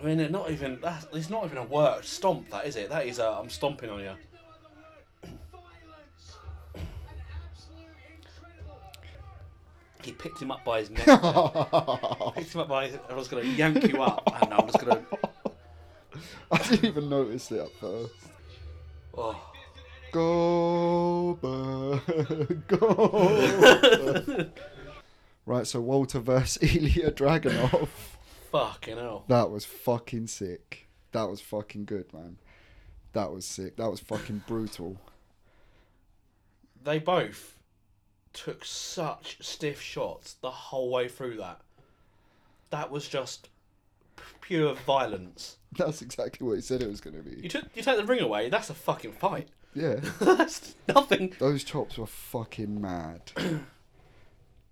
Speaker 1: I mean, it's not even that's it's not even a work stomp. That is it. That is a I'm stomping on you. He picked him up by his neck. picked him up by. His, I was gonna yank you up, and I'm just gonna.
Speaker 2: I didn't even notice it at first.
Speaker 1: Oh.
Speaker 2: Go, Bird, go. right, so Walter versus Ilya Dragunov.
Speaker 1: Fucking hell.
Speaker 2: That was fucking sick. That was fucking good, man. That was sick. That was fucking brutal.
Speaker 1: They both took such stiff shots the whole way through that. That was just p- pure violence.
Speaker 2: That's exactly what he said it was going to
Speaker 1: You
Speaker 2: be.
Speaker 1: took you take the ring away. That's a fucking fight.
Speaker 2: Yeah.
Speaker 1: That's nothing.
Speaker 2: Those chops were fucking mad.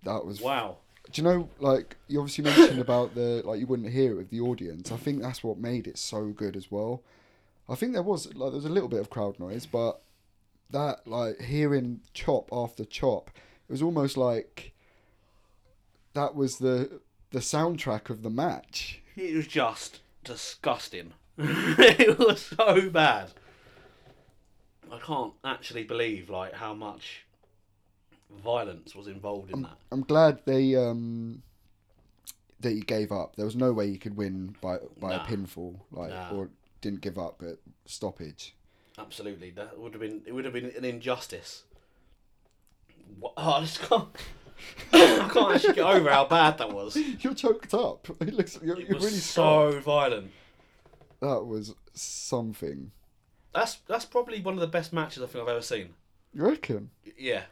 Speaker 2: That was
Speaker 1: Wow.
Speaker 2: Do you know, like you obviously mentioned about the like you wouldn't hear it with the audience. I think that's what made it so good as well. I think there was like there was a little bit of crowd noise, but that like hearing chop after chop, it was almost like that was the the soundtrack of the match.
Speaker 1: It was just disgusting. it was so bad. I can't actually believe like how much violence was involved in that.
Speaker 2: I'm glad they um that he gave up. There was no way he could win by by
Speaker 1: Nah.
Speaker 2: a pinfall, like
Speaker 1: Nah.
Speaker 2: or didn't give up at stoppage.
Speaker 1: Absolutely, that would have been it. Would have been an injustice. Wha Oh, I just can't. I can't actually get over how bad that was. It
Speaker 2: You're choked up. It looks you're, you're
Speaker 1: was
Speaker 2: really
Speaker 1: so violent.
Speaker 2: That was something.
Speaker 1: That's that's probably one of the best matches I think I've ever seen.
Speaker 2: You reckon?
Speaker 1: Y- Yeah,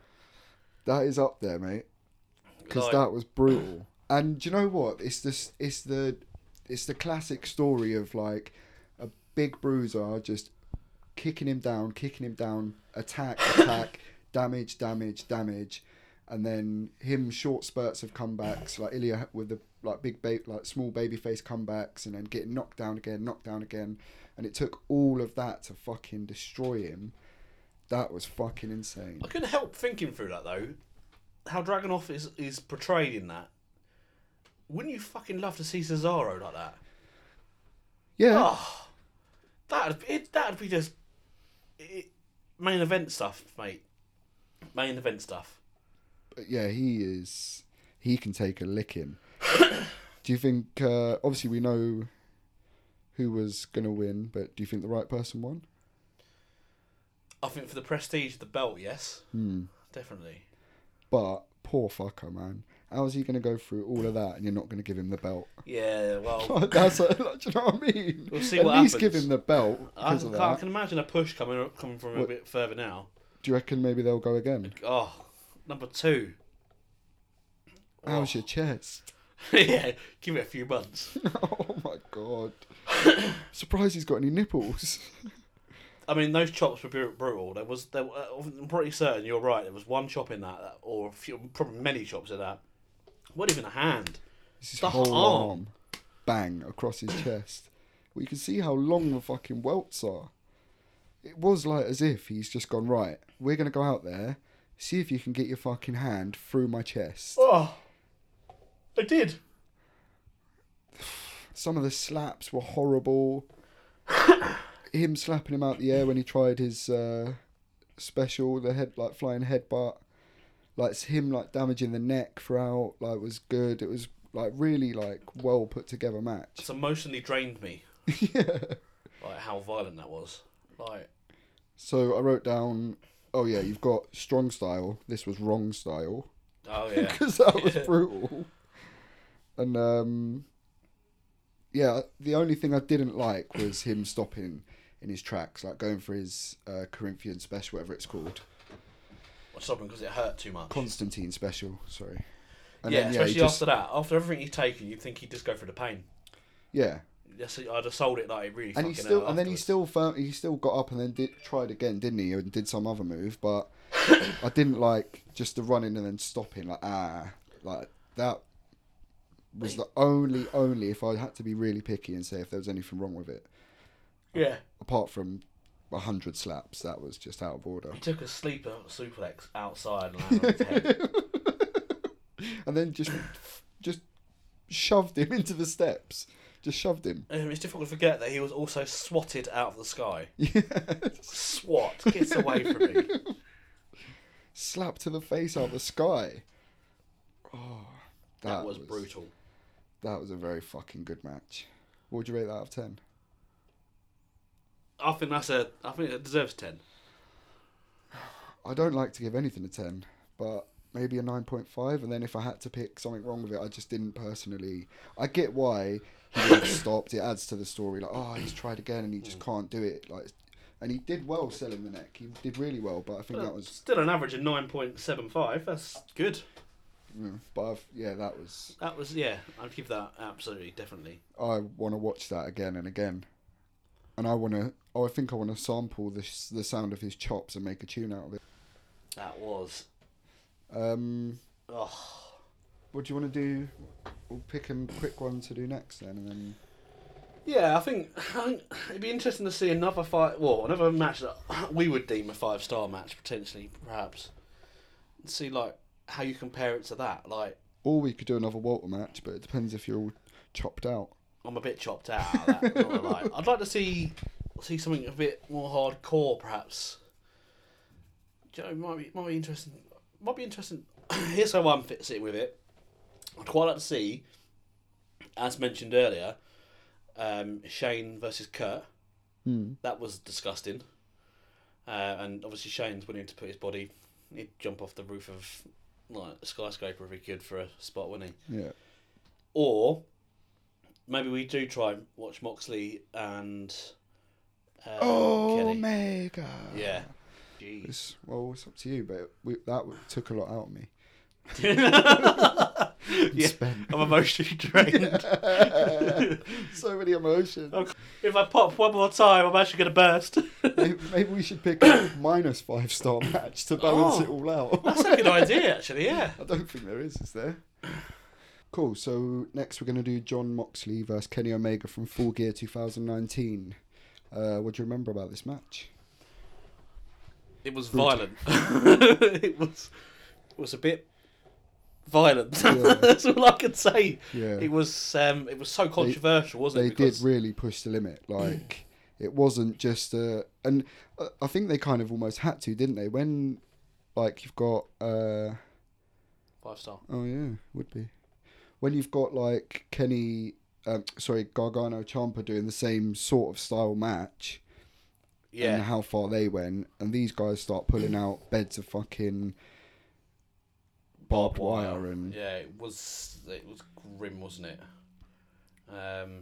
Speaker 2: That is up there, mate. Because
Speaker 1: Like-
Speaker 2: that was brutal. And do you know what? It's this. It's the. It's the classic story of like a big bruiser just kicking him down, kicking him down, attack, attack, damage, damage, damage, and then him short spurts of comebacks like Ilya with the like big ba- like small baby face comebacks, and then getting knocked down again, knocked down again, and it took all of that to fucking destroy him. That was fucking insane.
Speaker 1: I couldn't help thinking through that though, how Dragonoff is is portrayed in that. Wouldn't you fucking love to see Cesaro like that?
Speaker 2: Yeah.
Speaker 1: Oh, that'd be, it, that'd be just it, main event stuff, mate. Main event stuff.
Speaker 2: But yeah, he is. He can take a licking. do you think? Uh, obviously, we know who was going to win, but do you think the right person won?
Speaker 1: I think for the prestige of the belt, yes,
Speaker 2: Hmm.
Speaker 1: definitely.
Speaker 2: But poor fucker, man. How is he going to go through all of that, and you're not going to give him the belt?
Speaker 1: Yeah, well,
Speaker 2: Like, That's a, like, do you know what I mean?
Speaker 1: We'll see
Speaker 2: At
Speaker 1: what
Speaker 2: least give
Speaker 1: happens.
Speaker 2: him the belt
Speaker 1: I,
Speaker 2: because of
Speaker 1: can I
Speaker 2: that.
Speaker 1: can imagine a push coming coming from a
Speaker 2: What-
Speaker 1: bit further now.
Speaker 2: Do you reckon maybe they'll go again?
Speaker 1: Oh, number two. Oh.
Speaker 2: How's your chest?
Speaker 1: yeah, give it a few months.
Speaker 2: oh my god! Surprised he's got any nipples.
Speaker 1: I mean, those chops were bru- brutal. There was, there, were- uh, I'm pretty certain you're right. There was one chop in that, that- or a few, probably many chops in that. What even a hand?
Speaker 2: It's his
Speaker 1: The
Speaker 2: whole
Speaker 1: arm.
Speaker 2: arm. Bang across his chest. Well, you can see how long the fucking welts are. It was like as if he's just gone, right, we're going to go out there, see if you can get your fucking hand through my chest.
Speaker 1: Oh, I did.
Speaker 2: Some of the slaps were horrible. him slapping him out the air when he tried his uh, special, the head, like flying headbutt. Like it's him, like damaging the neck throughout, like was good. It was like really like well put together match.
Speaker 1: It's emotionally drained me.
Speaker 2: yeah.
Speaker 1: Like how violent that was. Like
Speaker 2: So I wrote down, oh yeah, you've got strong style. This was wrong style
Speaker 1: oh yeah,
Speaker 2: because that was brutal. And um, yeah, the only thing I didn't like was him stopping in his tracks, like going for his uh, Corinthian special, whatever it's called,
Speaker 1: or something because it hurt too much.
Speaker 2: Constantine special. Sorry.
Speaker 1: yeah,
Speaker 2: then, he
Speaker 1: especially
Speaker 2: just-
Speaker 1: after that, after everything he'd taken, you'd think he'd just go for the pain.
Speaker 2: yeah,
Speaker 1: Yes, I'd have sold it like it really.
Speaker 2: and he
Speaker 1: fucking
Speaker 2: still,
Speaker 1: hurt
Speaker 2: and then he
Speaker 1: afterwards.
Speaker 2: still, found, he still got up and then did tried again, didn't he? And did some other move, but I didn't like just the running and then stopping, like ah, like that was the only, only if I had to be really picky and say if there was anything wrong with it,
Speaker 1: Yeah,
Speaker 2: apart from a hundred slaps, that was just out of order.
Speaker 1: he took a sleeper suplex outside and landed on his head.
Speaker 2: And then just, just shoved him into the steps, just shoved him.
Speaker 1: Um, it's difficult to forget that he was also swatted out of the sky.
Speaker 2: Yes.
Speaker 1: SWAT, get away from me.
Speaker 2: Slap to the face out of the sky. Oh,
Speaker 1: That, was, brutal.
Speaker 2: That was a very fucking good match. What would you rate that out of ten?
Speaker 1: I think that's a. I think it deserves ten.
Speaker 2: I don't like to give anything a ten, but maybe a nine point five. And then if I had to pick something wrong with it, I just didn't personally. I get why he would have stopped. It adds to the story. Like, oh, he's tried again and he just can't do it. Like, and he did well selling the neck. He did really well, but I think that was.
Speaker 1: Still an average of nine point seven five. That's good.
Speaker 2: mm, But I've, yeah, that was.
Speaker 1: That was yeah. I'd give that absolutely definitely.
Speaker 2: I want to watch that again and again, and I want to. Oh, I think I want to sample the s- the sound of his chops and make a tune out of it.
Speaker 1: That was.
Speaker 2: Um,
Speaker 1: Oh,
Speaker 2: What do you want to do? We'll pick a quick one to do next then, and then
Speaker 1: Yeah, I think, I think it'd be interesting to see another fight. Well, another match that we would deem a five star match potentially, perhaps. And see like how you compare it to that. Like
Speaker 2: or we could do another Walter match, but it depends if you're all chopped out.
Speaker 1: I'm a bit chopped out. Of that, not gonna lie. I'd like to see see something a bit more hardcore, perhaps. Do you know, it might be might be interesting. Might be interesting. Here's how I'm fit sitting with it. I'd quite like to see, as mentioned earlier, um, Shane versus Kurt.
Speaker 2: Hmm.
Speaker 1: That was disgusting. Uh, and obviously Shane's willing to put his body. He'd jump off the roof of like a skyscraper if he could for a spot, wouldn't he?
Speaker 2: Yeah,
Speaker 1: Or maybe we do try and watch Moxley and um,
Speaker 2: Oh,
Speaker 1: Kenny.
Speaker 2: Omega.
Speaker 1: Yeah. Jeez.
Speaker 2: It's, well, it's up to you, but we, that took a lot out of me.
Speaker 1: yeah,
Speaker 2: Spent.
Speaker 1: I'm emotionally drained.
Speaker 2: so many emotions.
Speaker 1: Okay. If I pop one more time, I'm actually going to burst.
Speaker 2: Maybe, maybe we should pick a minus five star match to balance
Speaker 1: Oh.
Speaker 2: it all out.
Speaker 1: That's a good idea, actually. Yeah.
Speaker 2: I don't think there is, is there? Cool. So next we're going to do John Moxley versus Kenny Omega from Full Gear 2019. Uh, what do you remember about this match?
Speaker 1: It was
Speaker 2: Brutal.
Speaker 1: violent. it was it was a bit violent.
Speaker 2: Yeah.
Speaker 1: That's all I can say.
Speaker 2: Yeah.
Speaker 1: It was um, it was so controversial, wasn't
Speaker 2: they
Speaker 1: it? Because
Speaker 2: did really push the limit. Like it wasn't just a, and uh, I think they kind of almost had to, didn't they? When like you've got, uh,
Speaker 1: five star.
Speaker 2: oh yeah, would be when you've got like Kenny, um, sorry, Gargano Champa doing the same sort of style match.
Speaker 1: Yeah.
Speaker 2: and how far they went, and these guys start pulling out beds of fucking barbed wire and
Speaker 1: yeah, it was it was grim, wasn't it? Um,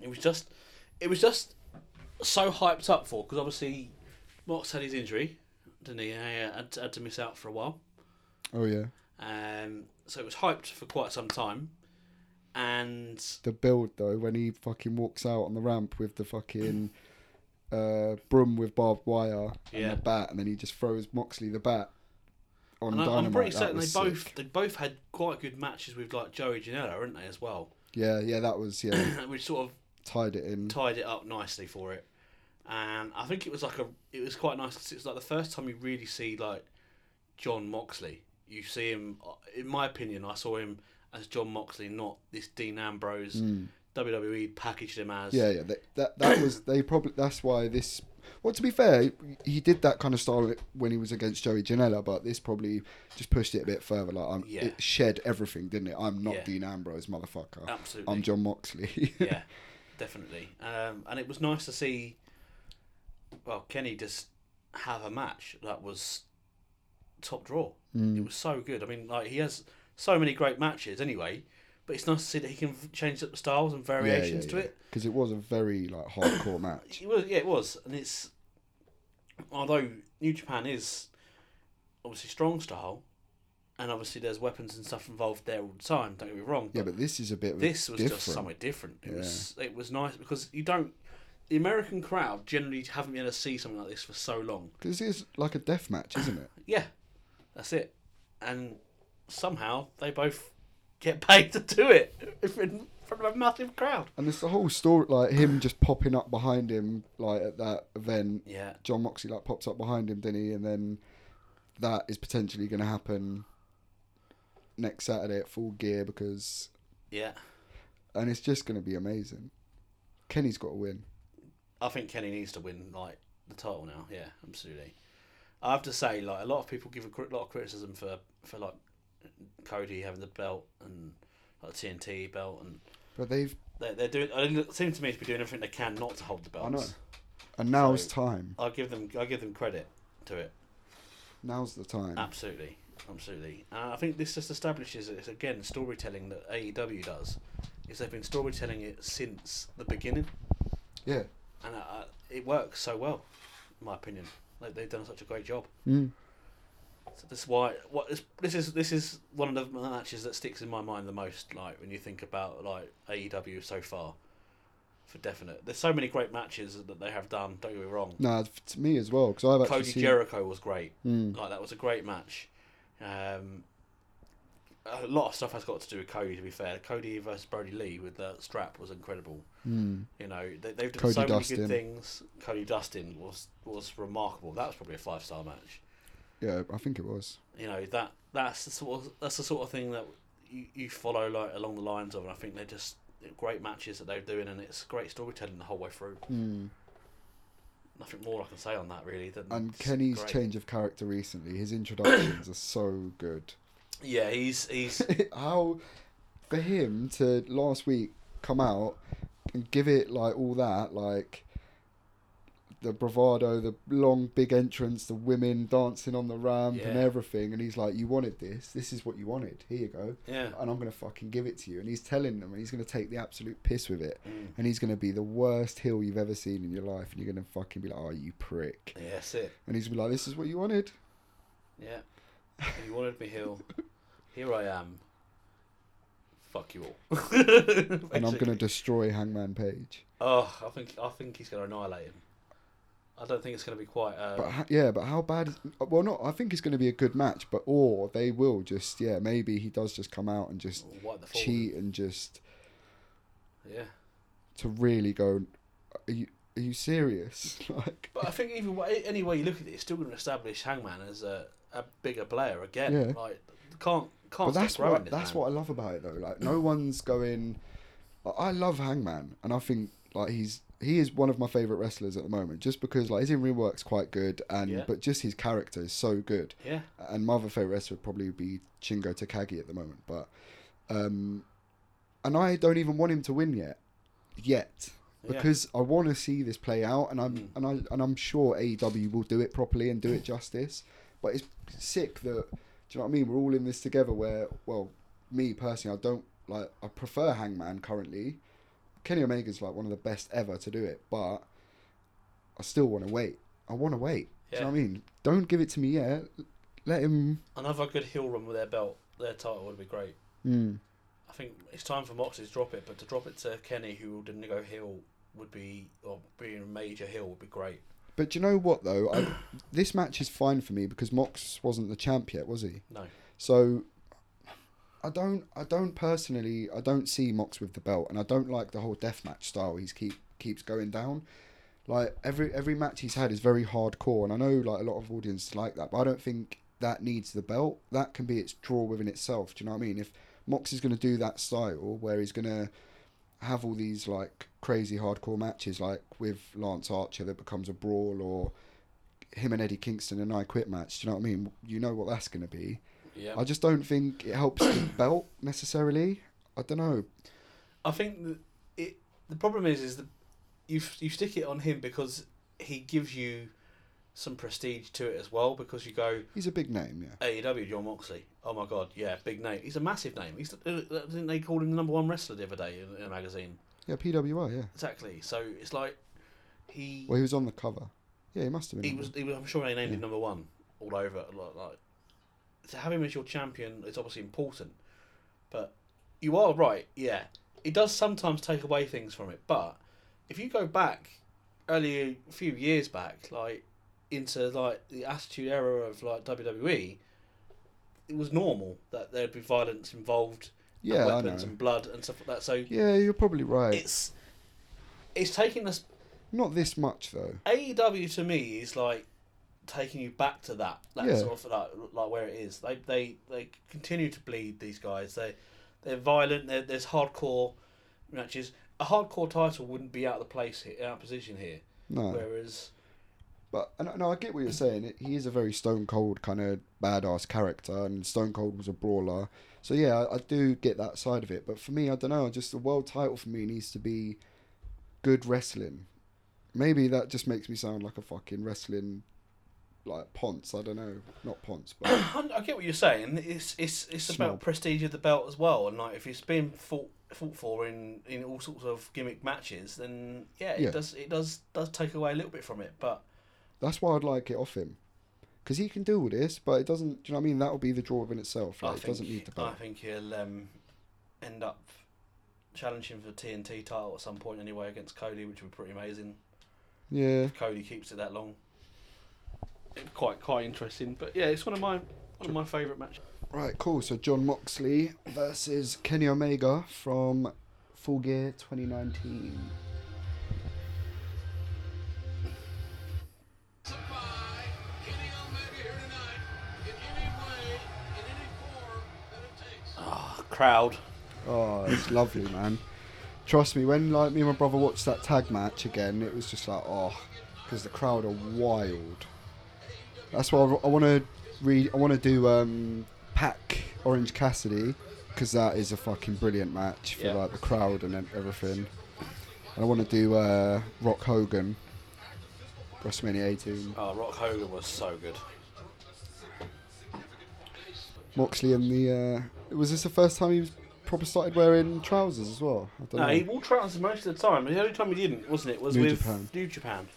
Speaker 1: it was just it was just so hyped up for because obviously Mox had his injury, didn't he? Yeah, yeah, had, had to miss out for a while.
Speaker 2: oh yeah,
Speaker 1: Um, so it was hyped for quite some time, and
Speaker 2: the build though when he fucking walks out on the ramp with the fucking uh, broom with barbed wire and
Speaker 1: Yeah.
Speaker 2: a bat, and then he just throws Moxley the bat on
Speaker 1: And I,
Speaker 2: dynamite.
Speaker 1: I'm pretty
Speaker 2: That
Speaker 1: certain they
Speaker 2: was
Speaker 1: both
Speaker 2: sick.
Speaker 1: they both had quite good matches with like Joey Janela, didn't they as well?
Speaker 2: yeah, yeah, that was yeah,
Speaker 1: Which sort of
Speaker 2: tied it in.
Speaker 1: tied it up nicely for it. And I think it was like a it was quite nice 'cause it was like the first time you really see like John Moxley. You see him, uh, in my opinion, I saw him as John Moxley, not this Dean Ambrose. WWE packaged him as
Speaker 2: Mm. Yeah, yeah, that that, that was they probably that's why this. Well, to be fair, he did that kind of style when he was against Joey Janela, but this probably just pushed it a bit further. Like, I'm,
Speaker 1: Yeah.
Speaker 2: it shed everything, didn't it? I'm not
Speaker 1: Yeah.
Speaker 2: Dean Ambrose, motherfucker.
Speaker 1: absolutely.
Speaker 2: I'm John Moxley.
Speaker 1: yeah, definitely. Um, and it was nice to see, well, Kenny just have a match that was top draw. It was so good. I mean, like he has so many great matches anyway, but it's nice to see that he can v- change up the styles and variations to it.
Speaker 2: because it was a very like hardcore match.
Speaker 1: It was, yeah, it was, and it's although New Japan is obviously strong style. And obviously, there's weapons and stuff involved there all the time. Don't get me wrong.
Speaker 2: Yeah, but this is a bit.
Speaker 1: this was
Speaker 2: different.
Speaker 1: just something different. It was it was nice because you don't the American crowd generally haven't been able to see something like this for so long.
Speaker 2: because it's like a death match, isn't it?
Speaker 1: Yeah, that's it. And somehow they both get paid to do it in front of a massive crowd.
Speaker 2: And it's the whole story, like him just popping up behind him, like at that event.
Speaker 1: Yeah,
Speaker 2: John Moxley like pops up behind him, didn't he? And then that is potentially going to happen next Saturday at full gear because,
Speaker 1: yeah.
Speaker 2: and it's just going to be amazing. Kenny's got to win.
Speaker 1: I think Kenny needs to win like the title now. Yeah, absolutely. I have to say, like a lot of people give a cri- lot of criticism for for like Cody having the belt and like the TNT belt and
Speaker 2: But they've
Speaker 1: They're, they're doing. It seems to me to be doing everything they can not to hold the belts.
Speaker 2: I know. and now's time.
Speaker 1: I'll give them. I'll give them credit to it.
Speaker 2: Now's the time.
Speaker 1: Ah. Absolutely, absolutely. And I think this just establishes it's again storytelling that AEW does. Is they've been storytelling it since the beginning,
Speaker 2: Yeah.
Speaker 1: and I, I, it works so well, in my opinion. Like they've done such a great job.
Speaker 2: Mm.
Speaker 1: So this is why what this, this is this is one of the matches that sticks in my mind the most. Like when you think about like AEW so far, for definite. There's so many great matches that they have done. Don't get me wrong.
Speaker 2: Nah, f- to me as well because I've actually
Speaker 1: Cody
Speaker 2: seen.
Speaker 1: Jericho was great.
Speaker 2: Mm.
Speaker 1: Like that was a great match. Um, a lot of stuff has got to do with Cody. To be fair, Cody versus Brody Lee with the strap was incredible.
Speaker 2: Mm.
Speaker 1: You know they, they've done
Speaker 2: Cody
Speaker 1: so many
Speaker 2: Dustin.
Speaker 1: good things. Cody Dustin was was remarkable. That was probably a five star match.
Speaker 2: Yeah, I think it was.
Speaker 1: You know that that's the sort of, that's the sort of thing that you, you follow like along the lines of, and I think they're just great matches that they're doing, and it's great storytelling the whole way through.
Speaker 2: Mm.
Speaker 1: Nothing more I can say on that really. Than
Speaker 2: And
Speaker 1: it's
Speaker 2: Kenny's
Speaker 1: great.
Speaker 2: change of character recently, his introductions are so good.
Speaker 1: Yeah, he's he's
Speaker 2: how for him to last week come out and give it like all that like the bravado, the long big entrance, the women dancing on the ramp and
Speaker 1: Yeah.
Speaker 2: everything. And he's like, "You wanted this. This is what you wanted. Here you go."
Speaker 1: Yeah.
Speaker 2: And I'm gonna fucking give it to you. And he's telling them, and he's gonna take the absolute piss with it.
Speaker 1: Mm.
Speaker 2: And he's gonna be the worst heel you've ever seen in your life. And you're gonna fucking be like, "Oh, you prick."
Speaker 1: Yeah, that's it.
Speaker 2: And he's gonna be like, "This is what you wanted."
Speaker 1: Yeah. You wanted me heel. Here I am. Fuck you all.
Speaker 2: And I'm gonna destroy Hangman Page.
Speaker 1: Oh, I think I think he's gonna annihilate him. I don't think it's gonna be quite. Uh,
Speaker 2: But ho- yeah, but how bad? Is, well, not. I think it's going to be a good match, but or they will just yeah maybe he does just come out and just
Speaker 1: what the fuck?
Speaker 2: cheat and just
Speaker 1: Yeah.
Speaker 2: to really go. Are you are you serious? Like
Speaker 1: But I think even way, any way you look at it, it's still going to establish Hangman as a, a bigger player again.
Speaker 2: Yeah.
Speaker 1: Like can't can't.
Speaker 2: but that's
Speaker 1: stop
Speaker 2: what that's what I love about it though. Like no one's going. like, I love Hangman, and I think like he's he is one of my favorite wrestlers at the moment, just because like his in ring work's quite good, and
Speaker 1: Yeah.
Speaker 2: but just his character is so good.
Speaker 1: Yeah.
Speaker 2: and my other favorite wrestler would probably be Shingo Takagi at the moment. But um, and I don't even want him to win yet, yet
Speaker 1: Yeah.
Speaker 2: because I want to see this play out, and I'm
Speaker 1: Mm.
Speaker 2: and I and I'm sure AEW will do it properly and do it justice. But it's sick that do you know what I mean? We're all in this together. Where well, me personally, I don't like. I prefer Hangman currently. Kenny Omega's like one of the best ever to do it, but I still want to wait. I want to wait. Do you know what I mean? Don't give it to me yet. Let him.
Speaker 1: Another good heel run with their belt, their title would be great.
Speaker 2: Mm.
Speaker 1: I think it's time for Moxley to drop it, but to drop it to Kenny, who didn't go heel, would be or being a major heel would be great.
Speaker 2: But do you know what though? I, this match is fine for me because Mox wasn't the champ yet, was he?
Speaker 1: No.
Speaker 2: So I don't. I don't personally. I don't see Mox with the belt, and I don't like the whole deathmatch style he's keep keeps going down. Like every every match he's had is very hardcore, and I know like a lot of audiences like that, but I don't think that needs the belt. That can be its draw within itself. Do you know what I mean? If Mox is going to do that style where he's going to have all these like crazy hardcore matches, like with Lance Archer that becomes a brawl, or him and Eddie Kingston and I Quit match. Do you know what I mean? You know what that's going to be.
Speaker 1: Yeah.
Speaker 2: I just don't think it helps the belt necessarily. I don't know.
Speaker 1: I think th- it. The problem is, is that you f- you stick it on him because he gives you some prestige to it as well. Because you go
Speaker 2: He's a big name, yeah.
Speaker 1: AEW, John Moxley. Oh my god, yeah, big name. He's a massive name. He's the- uh, didn't they call him the number one wrestler the other day in, in a magazine?
Speaker 2: Yeah, PWI, yeah.
Speaker 1: Exactly. So it's like he
Speaker 2: Well, he was on the cover. Yeah, he must have been.
Speaker 1: he
Speaker 2: on
Speaker 1: was
Speaker 2: it.
Speaker 1: he was. I'm sure they named him
Speaker 2: Yeah.
Speaker 1: number one all over. Like, like to have him as your champion is obviously important, but you are right. Yeah, it does sometimes take away things from it. But if you go back early a few years back, like into like the Attitude Era of like WWE, it was normal that there'd be violence involved,
Speaker 2: Yeah,
Speaker 1: and
Speaker 2: I know.
Speaker 1: weapons and blood and stuff like that. So
Speaker 2: Yeah, you're probably right.
Speaker 1: it's it's taking us
Speaker 2: Not this much though.
Speaker 1: AEW E to me is like taking you back to that, that
Speaker 2: Yeah.
Speaker 1: sort of like, like where it is. They they they continue to bleed these guys. They they're violent. They're, there's hardcore matches. A hardcore title wouldn't be out of the place here, out of position here.
Speaker 2: No,
Speaker 1: Whereas
Speaker 2: but and, no, I get what you're saying. It- He is a very stone cold kind of badass character, and Stone Cold was a brawler. So yeah, I, I do get that side of it. But for me, I don't know. Just the world title for me needs to be good wrestling. Maybe that just makes me sound like a fucking wrestling like Ponce. I don't know, not Ponce, but
Speaker 1: I I get what you're saying. It's it's it's
Speaker 2: Small.
Speaker 1: about prestige of the belt as well, and like if it's been fought fought for in in all sorts of gimmick matches, then yeah, it
Speaker 2: Yeah.
Speaker 1: does it does does take away a little bit from it. But
Speaker 2: That's why I'd like it off him. Because he can do all this, but it doesn't. Do you know what I mean? That'll be the draw within itself. Like, it doesn't need the
Speaker 1: I
Speaker 2: belt.
Speaker 1: think he'll um, end up challenging for the TNT title at some point anyway against Cody, which would be pretty amazing.
Speaker 2: Yeah.
Speaker 1: If Cody keeps it that long. Quite quite interesting, but yeah, it's one of my one of my favourite matches.
Speaker 2: Right, cool. So John Moxley versus Kenny Omega from Full Gear 2019.
Speaker 3: to buy Kenny Omega here tonight in any way, in any form that it takes.
Speaker 1: Ah, crowd.
Speaker 2: Oh, it's lovely, man. Trust me, when like me and my brother watched that tag match again, it was just like, oh, because the crowd are wild. That's why I want to read. I want to do um, Pack Orange Cassidy because that is a fucking brilliant match for
Speaker 1: Yeah.
Speaker 2: like the crowd and ev- everything. And I want to do uh, Rock Hogan WrestleMania 18.
Speaker 1: Oh, Rock Hogan was so good.
Speaker 2: Moxley and the. Uh, was this the first time he proper started wearing trousers as well? I don't
Speaker 1: No,
Speaker 2: know.
Speaker 1: he wore trousers most of the time. The only time he didn't, wasn't it, was
Speaker 2: New
Speaker 1: with
Speaker 2: Japan.
Speaker 1: New Japan.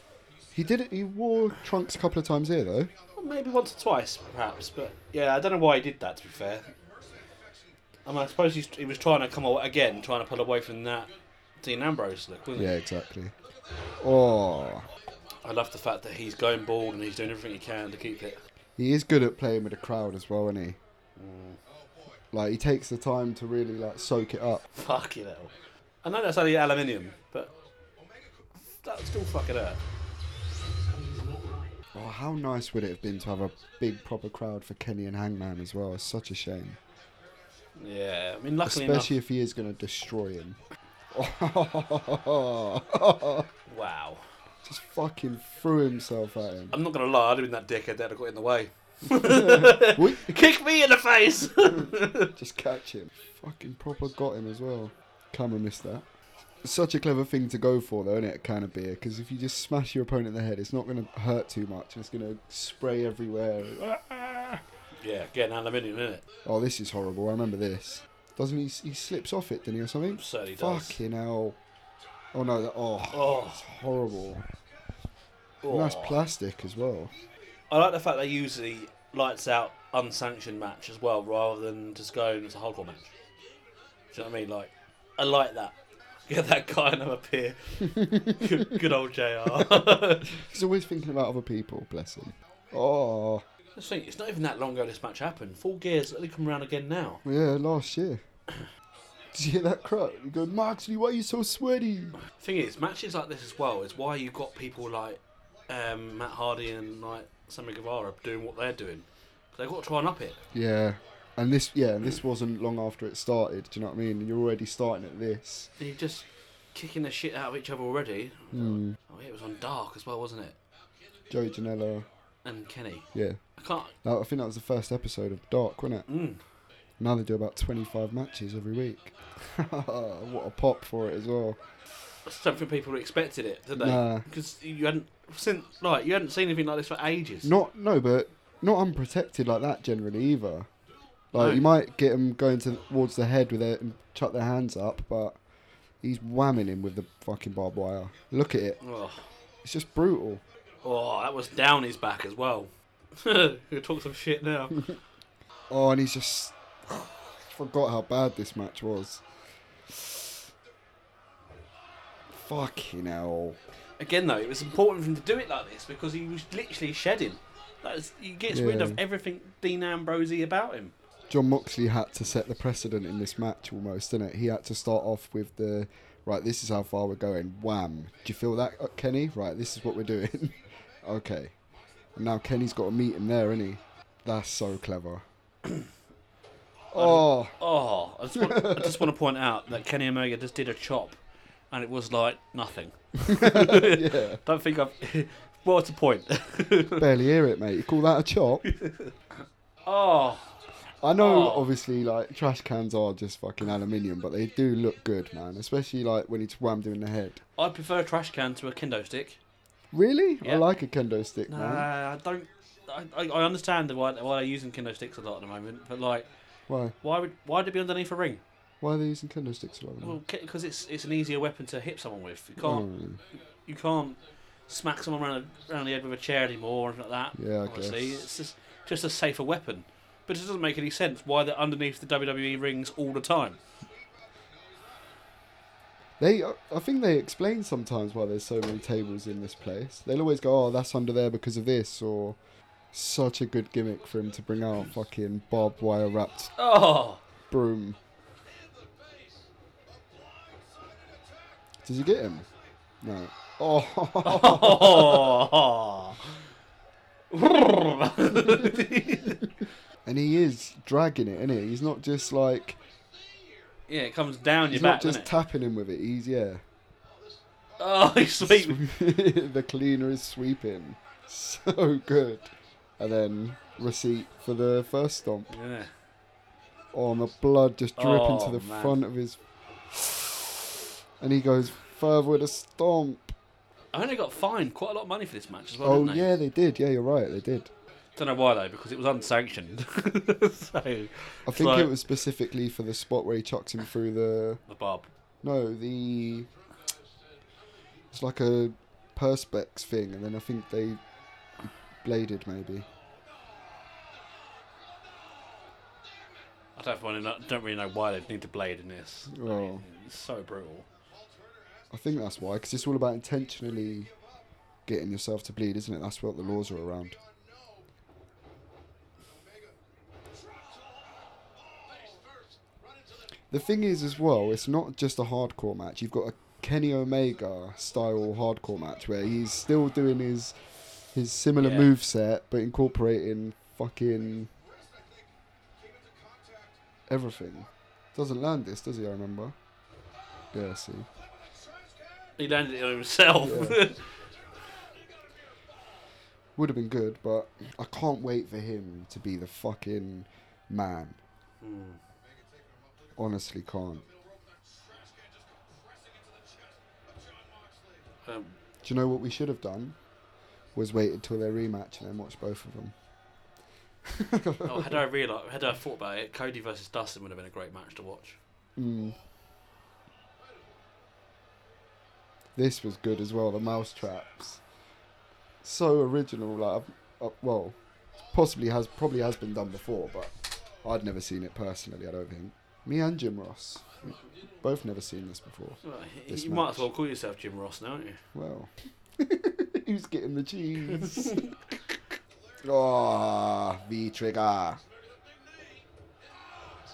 Speaker 2: He did it. He wore trunks a couple of times here though.
Speaker 1: Well, maybe once or twice, perhaps. But yeah, I don't know why he did that. To be fair, I mean, I suppose he's, he was trying to come away, again, trying to pull away from that Dean Ambrose look, wasn't
Speaker 2: Yeah, exactly. Oh,
Speaker 1: he? I love the fact that he's going bald and he's doing everything he can to keep it.
Speaker 2: he is good at playing with a crowd as well, isn't he? Like he takes the time to really like soak it up.
Speaker 1: Fucking hell! I know that's only aluminium, but that still fucking hurt.
Speaker 2: Oh, how nice would it have been to have a big proper crowd for Kenny and Hangman as well? It's such a shame,
Speaker 1: Yeah, I mean, luckily
Speaker 2: especially if he is going to destroy him. Just
Speaker 1: enough. Wow.
Speaker 2: fucking threw himself at him.
Speaker 1: I'm not gonna lie, I'd have been that dickhead that got in the way.
Speaker 2: Whoop,
Speaker 1: Kick me in the face.
Speaker 2: Just catch him. Fucking proper got him as well. Camera missed that. It's such a clever thing to go for, though, isn't it? Can of beer, because if you just smash your opponent in the head, it's not going to hurt too much. It's going to spray everywhere.
Speaker 1: yeah, again, aluminium, is it?
Speaker 2: Oh, this is horrible. I remember this. Doesn't he? He slips off it, didn't he, or something?
Speaker 1: Certainly does.
Speaker 2: Fucking hell. Oh no! That, oh,
Speaker 1: Oh,
Speaker 2: horrible.
Speaker 1: oh.
Speaker 2: And that's plastic as well.
Speaker 1: I like the fact they use the lights out unsanctioned match as well, rather than just going as a hardcore match. Do you know what I mean? Like, I like that. Get that guy another peer. good, good old Jr.
Speaker 2: He's always thinking about other people. Bless him. Oh,
Speaker 1: Just think, it's not even that long ago this match happened. Full gears, they come around again now.
Speaker 2: yeah, last year. Did you hear that crap? You go, Moxley, why are you so sweaty?
Speaker 1: Thing is, matches like this as well is why you got people like um, Matt Hardy and like Sammy Guevara doing what they're doing. 'Cause They've got to try and up it.
Speaker 2: Yeah, and this yeah, and this wasn't long after it started. Do you know what I mean? And you're already starting at this.
Speaker 1: They're just kicking the shit out of each other already.
Speaker 2: Mm.
Speaker 1: Oh, yeah, it was on Dark as well, wasn't it?
Speaker 2: Joey Janela.
Speaker 1: And Kenny.
Speaker 2: Yeah,
Speaker 1: I can't.
Speaker 2: that, I think that was the first episode of Dark, wasn't it?
Speaker 1: Mm.
Speaker 2: Now they do about 25 matches every week. what a pop for it as well.
Speaker 1: I don't think people expected it, did they?
Speaker 2: Nah.
Speaker 1: Because you hadn't since like you hadn't seen anything like this for ages.
Speaker 2: Not no, but not unprotected like that generally either. Like
Speaker 1: No.
Speaker 2: you might get him going to, towards the head with it and chuck their hands up, but he's whamming him with the fucking barbed wire. Look at it;
Speaker 1: Oh,
Speaker 2: it's just brutal.
Speaker 1: oh that was down his back as well. We'll talk some shit now.
Speaker 2: Oh, and he's just forgot how bad this match was. Fucking hell!
Speaker 1: Again, though, it was important for him to do it like this because he was literally shedding. That is, he gets rid of
Speaker 2: Yeah.
Speaker 1: everything Dean Ambrosey about him.
Speaker 2: John Moxley had to set the precedent in this match almost, didn't it? He had to start off with the right. This is how far we're going. Wham! Do you feel that, uh, Kenny? Right, this is what we're doing. okay, and now Kenny's got to meet him there, isn't he? That's so clever. oh,
Speaker 1: Oh, I just, want, I just want to point out that Kenny Omega just did a chop, and it was like nothing.
Speaker 2: yeah.
Speaker 1: Don't think I've. well, it's a point.
Speaker 2: Barely hear it, mate. You call that a chop?
Speaker 1: oh,
Speaker 2: I know,
Speaker 1: Oh.
Speaker 2: obviously, like trash cans are just fucking aluminium, but they do look good, man. Especially like when it's whammed him in the head.
Speaker 1: I prefer a trash can to a kendo stick.
Speaker 2: Really? I
Speaker 1: Yeah.
Speaker 2: like a kendo stick, man.
Speaker 1: Nah, I don't. I, I I understand why why they're using kendo sticks a lot at the moment, but like,
Speaker 2: Why?
Speaker 1: why would why would it be underneath a ring?
Speaker 2: Why are they using kendo sticks? Well,
Speaker 1: Well, because it's it's an easier weapon to hit someone with. You
Speaker 2: Mm.
Speaker 1: can't you can't smack someone around, the- around the head with a chair anymore or anything like that.
Speaker 2: Oh, Yeah, I
Speaker 1: obviously,
Speaker 2: guess.
Speaker 1: it's just just a safer weapon. But it doesn't make any sense why they're underneath the WWE rings all the time.
Speaker 2: They, I think they explain sometimes why there's so many tables in this place. They'll always go, "Oh, that's under there because of this," or such a good gimmick for him to bring out fucking barbed wire wrapped
Speaker 1: Oh,
Speaker 2: broom. Does he get him? No. Oh, and he is dragging it, isn't he? He's not just like
Speaker 1: yeah, it comes down your
Speaker 2: he's
Speaker 1: back,
Speaker 2: not just
Speaker 1: doesn't it?
Speaker 2: tapping him with it. He's yeah.
Speaker 1: oh, he's sweet.
Speaker 2: the cleaner is sweeping. So good. And then receipt for the first stomp.
Speaker 1: Yeah.
Speaker 2: Oh, and the blood just dripping
Speaker 1: Oh,
Speaker 2: to the
Speaker 1: man.
Speaker 2: front of his. And he goes further with a stomp.
Speaker 1: I think they got fined quite a lot of money for this match as well.
Speaker 2: Oh
Speaker 1: didn't they?
Speaker 2: yeah, they did. Yeah, you're right. They did.
Speaker 1: Don't know why though, because it was unsanctioned. so I
Speaker 2: I think it was specifically for the spot where he chucks him through the
Speaker 1: the barb.
Speaker 2: no the. It's like a perspex thing, and then I think they bladed maybe.
Speaker 1: I don't, really know, don't really know why they'd need to blade in this. I mean,
Speaker 2: Well.
Speaker 1: it's so brutal.
Speaker 2: I think that's why, because it's all about intentionally getting yourself to bleed, isn't it? That's what the laws are around. The thing is, as well, it's not just a hardcore match. You've got a Kenny Omega style hardcore match where he's still doing his his similar
Speaker 1: Yeah.
Speaker 2: move moveset, but incorporating fucking everything. Doesn't land this, does he? I remember. Yeah, I see.
Speaker 1: He landed it on himself.
Speaker 2: Yeah. Would have been good, but I can't wait for him to be the fucking man.
Speaker 1: Hmm.
Speaker 2: Honestly, can't.
Speaker 1: um,
Speaker 2: Do you know what we should have done? Was waited till their rematch and then watch both of them.
Speaker 1: oh, had I realized, had I thought about it, Cody versus Dustin would have been a great match to watch.
Speaker 2: Mm. This was good as well. The mouse traps, so original. Like, I've- uh, well, possibly has probably has been done before, but I'd never seen it personally. I don't think. Me and Jim Ross, we both never seen this before.
Speaker 1: Well, you
Speaker 2: This
Speaker 1: might
Speaker 2: match.
Speaker 1: as well call yourself Jim Ross now, don't you?
Speaker 2: Well, who's getting the cheese? Ah, V trigger.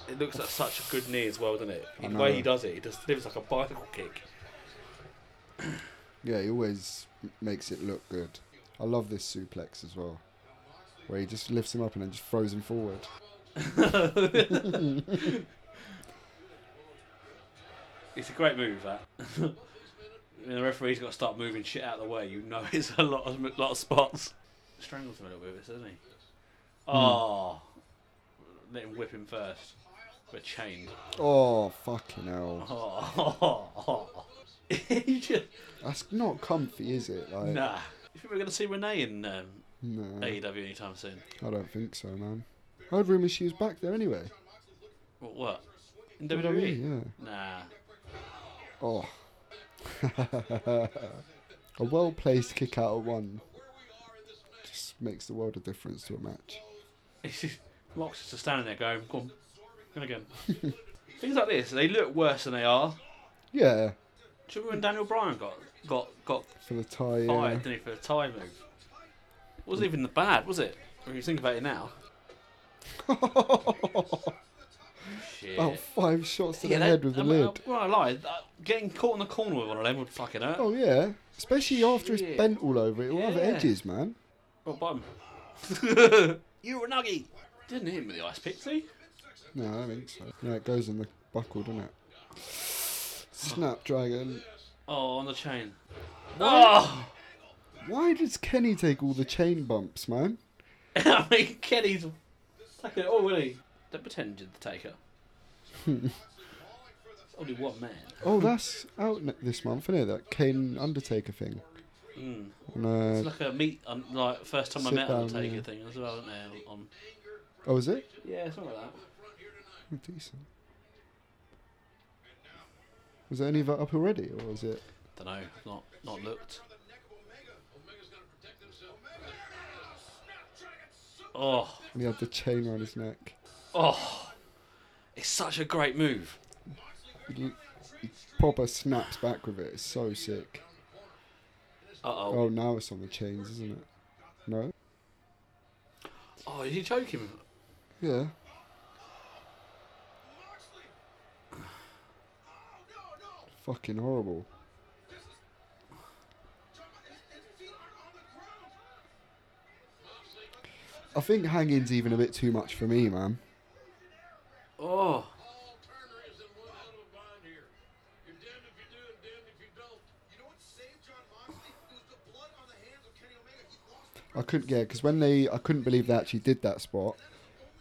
Speaker 1: It looks like such a good knee as well, doesn't it?
Speaker 2: I
Speaker 1: The way
Speaker 2: know.
Speaker 1: he does it, he just lives like a bicycle kick.
Speaker 2: Yeah, he always m- makes it look good. I love this suplex as well, where he just lifts him up and then just throws him forward.
Speaker 1: It's a great move, that. and the referee's got to start moving shit out of the way. You know, it's a lot of lot of spots. Strangles him a little bit, with this, doesn't he? Oh, let him whip him first. We're chained.
Speaker 2: Oh, fucking hell.
Speaker 1: Oh, You just-
Speaker 2: That's not comfy, is it? Like,
Speaker 1: nah. You think we're gonna see Renee in um,
Speaker 2: no.
Speaker 1: AEW anytime soon?
Speaker 2: I don't think so, man. I heard rumours she was back there anyway.
Speaker 1: What? what? In WWE?
Speaker 2: Yeah.
Speaker 1: Nah.
Speaker 2: Oh. a well placed kick out of one just makes the world a difference to a match.
Speaker 1: Mox is just standing there going, "Come, on, go again." Things like this, they look worse than they are.
Speaker 2: Yeah,
Speaker 1: Do you remember when Daniel Bryan got got got
Speaker 2: for the tie. Yeah.
Speaker 1: fired didn't he, for a tie move? It wasn't even bad, was it? When you think about it now.
Speaker 2: Oh,
Speaker 1: Shit.
Speaker 2: About Oh, five shots to
Speaker 1: Yeah,
Speaker 2: the
Speaker 1: that-
Speaker 2: head with the
Speaker 1: I mean,
Speaker 2: lid.
Speaker 1: I- Well, I lied. Uh, Getting caught in the corner with one of them would fucking hurt.
Speaker 2: Oh, yeah. Especially after it's
Speaker 1: Shit.
Speaker 2: bent all over it, all have
Speaker 1: Yeah.
Speaker 2: edges, man.
Speaker 1: What bum? you were nuggy. Didn't hit him with the ice pick, see?
Speaker 2: No, I don't think so. Yeah, it goes in the buckle, doesn't it? Snapdragon.
Speaker 1: Oh, on the chain. Oh!
Speaker 2: Why does Kenny take all the chain bumps, man?
Speaker 1: I mean, Kenny's taking it all, isn't he? Don't pretend you're the taker. It's only one man.
Speaker 2: Oh, that's out ne- this month, isn't it? That Kane Undertaker thing. uh,
Speaker 1: Mm. It's
Speaker 2: No.
Speaker 1: like a meet, um, like first time I
Speaker 2: Sit
Speaker 1: met
Speaker 2: down,
Speaker 1: Undertaker
Speaker 2: yeah.
Speaker 1: thing as well, isn't it? On,
Speaker 2: Oh, is it?
Speaker 1: yeah, something like that.
Speaker 2: Oh, decent. Was there any of that up already, or was it?
Speaker 1: Don't know. Not not looked. Oh,
Speaker 2: And he had the chain around his neck.
Speaker 1: oh, it's such a great move.
Speaker 2: He, he proper snaps back with it. It's so sick.
Speaker 1: Uh oh.
Speaker 2: Oh, now it's on the chains, isn't it? No.
Speaker 1: Oh, did he choke him?
Speaker 2: Yeah. Fucking horrible. I think hanging's even a bit too much for me, man.
Speaker 1: Oh,
Speaker 3: Paul Turner is in one hell of a bind here. You're damned if you do and damned if you don't. You know what saved John Moxley? It was the blood on the hands of Kenny Omega. He lost
Speaker 2: I couldn't, yeah, because when they, I couldn't believe they actually did that spot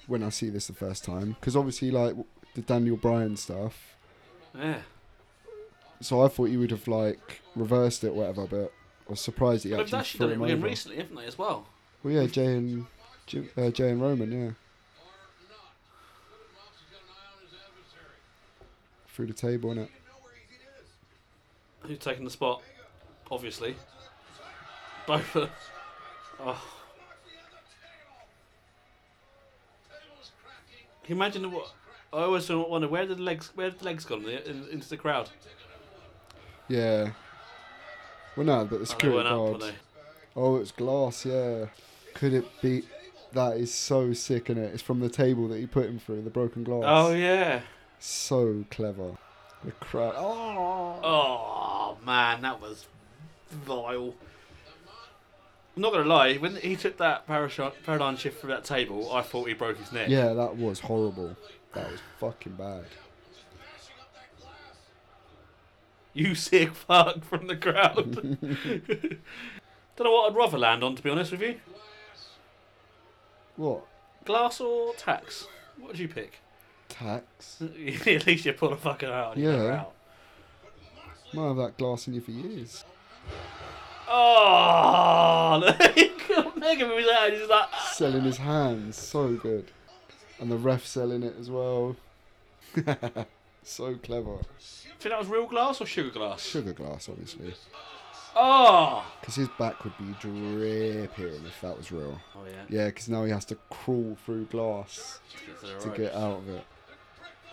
Speaker 2: when I see this the first time. Because obviously, like w- the Daniel Bryan stuff.
Speaker 1: yeah.
Speaker 2: So I thought you would have like reversed it, or whatever. But I was surprised he
Speaker 1: But they've
Speaker 2: actually
Speaker 1: actually
Speaker 2: threw
Speaker 1: done
Speaker 2: him
Speaker 1: it again
Speaker 2: over.
Speaker 1: recently, haven't they, as well?
Speaker 2: Well, yeah, Jay and Jim, uh, Jay and Roman, yeah,
Speaker 3: Or not. Look at Moxley's got an eye on his adversary.
Speaker 2: through the table and it.
Speaker 3: You know where he is.
Speaker 1: Who's taking the spot? Obviously. Both of them. Oh.
Speaker 3: Moxley has a table. Table's cracking.
Speaker 1: Can you imagine what? I always wonder where did the legs where did the legs gone in the, in, into the crowd?
Speaker 2: Yeah. Well, no, but the
Speaker 1: Oh, they
Speaker 2: security
Speaker 1: weren't up, were
Speaker 2: guards.
Speaker 1: they?
Speaker 2: Oh, it's glass. Yeah. Could it be? That is so sick, and it? It's from the table that he put him through, the broken glass.
Speaker 1: Oh yeah.
Speaker 2: So clever. The crowd. Oh.
Speaker 1: Oh man, that was vile. I'm not gonna lie, when he took that parasho- paradigm shift through that table, I thought he broke his neck.
Speaker 2: Yeah, that was horrible. That was fucking bad.
Speaker 1: You sick fuck from the crowd. Don't know what I'd rather land on, to be honest with you.
Speaker 2: What?
Speaker 1: Glass or tax? What would you pick?
Speaker 2: Tax?
Speaker 1: At least you pull a fucking out.
Speaker 2: Yeah.
Speaker 1: Yeah. Out.
Speaker 2: Might have that glass in you for years.
Speaker 1: Oh, look, Mega Man was out. He's like, "Ah."
Speaker 2: Selling his hands, so good. And the ref selling it as well. so clever.
Speaker 1: do you think that was real glass or sugar glass?
Speaker 2: Sugar glass, obviously.
Speaker 1: Oh.
Speaker 2: Because his back would be dripping if that was real.
Speaker 1: Oh yeah.
Speaker 2: Yeah, because now he has to crawl through glass
Speaker 1: Is it
Speaker 2: to
Speaker 1: alright?
Speaker 2: get out of it.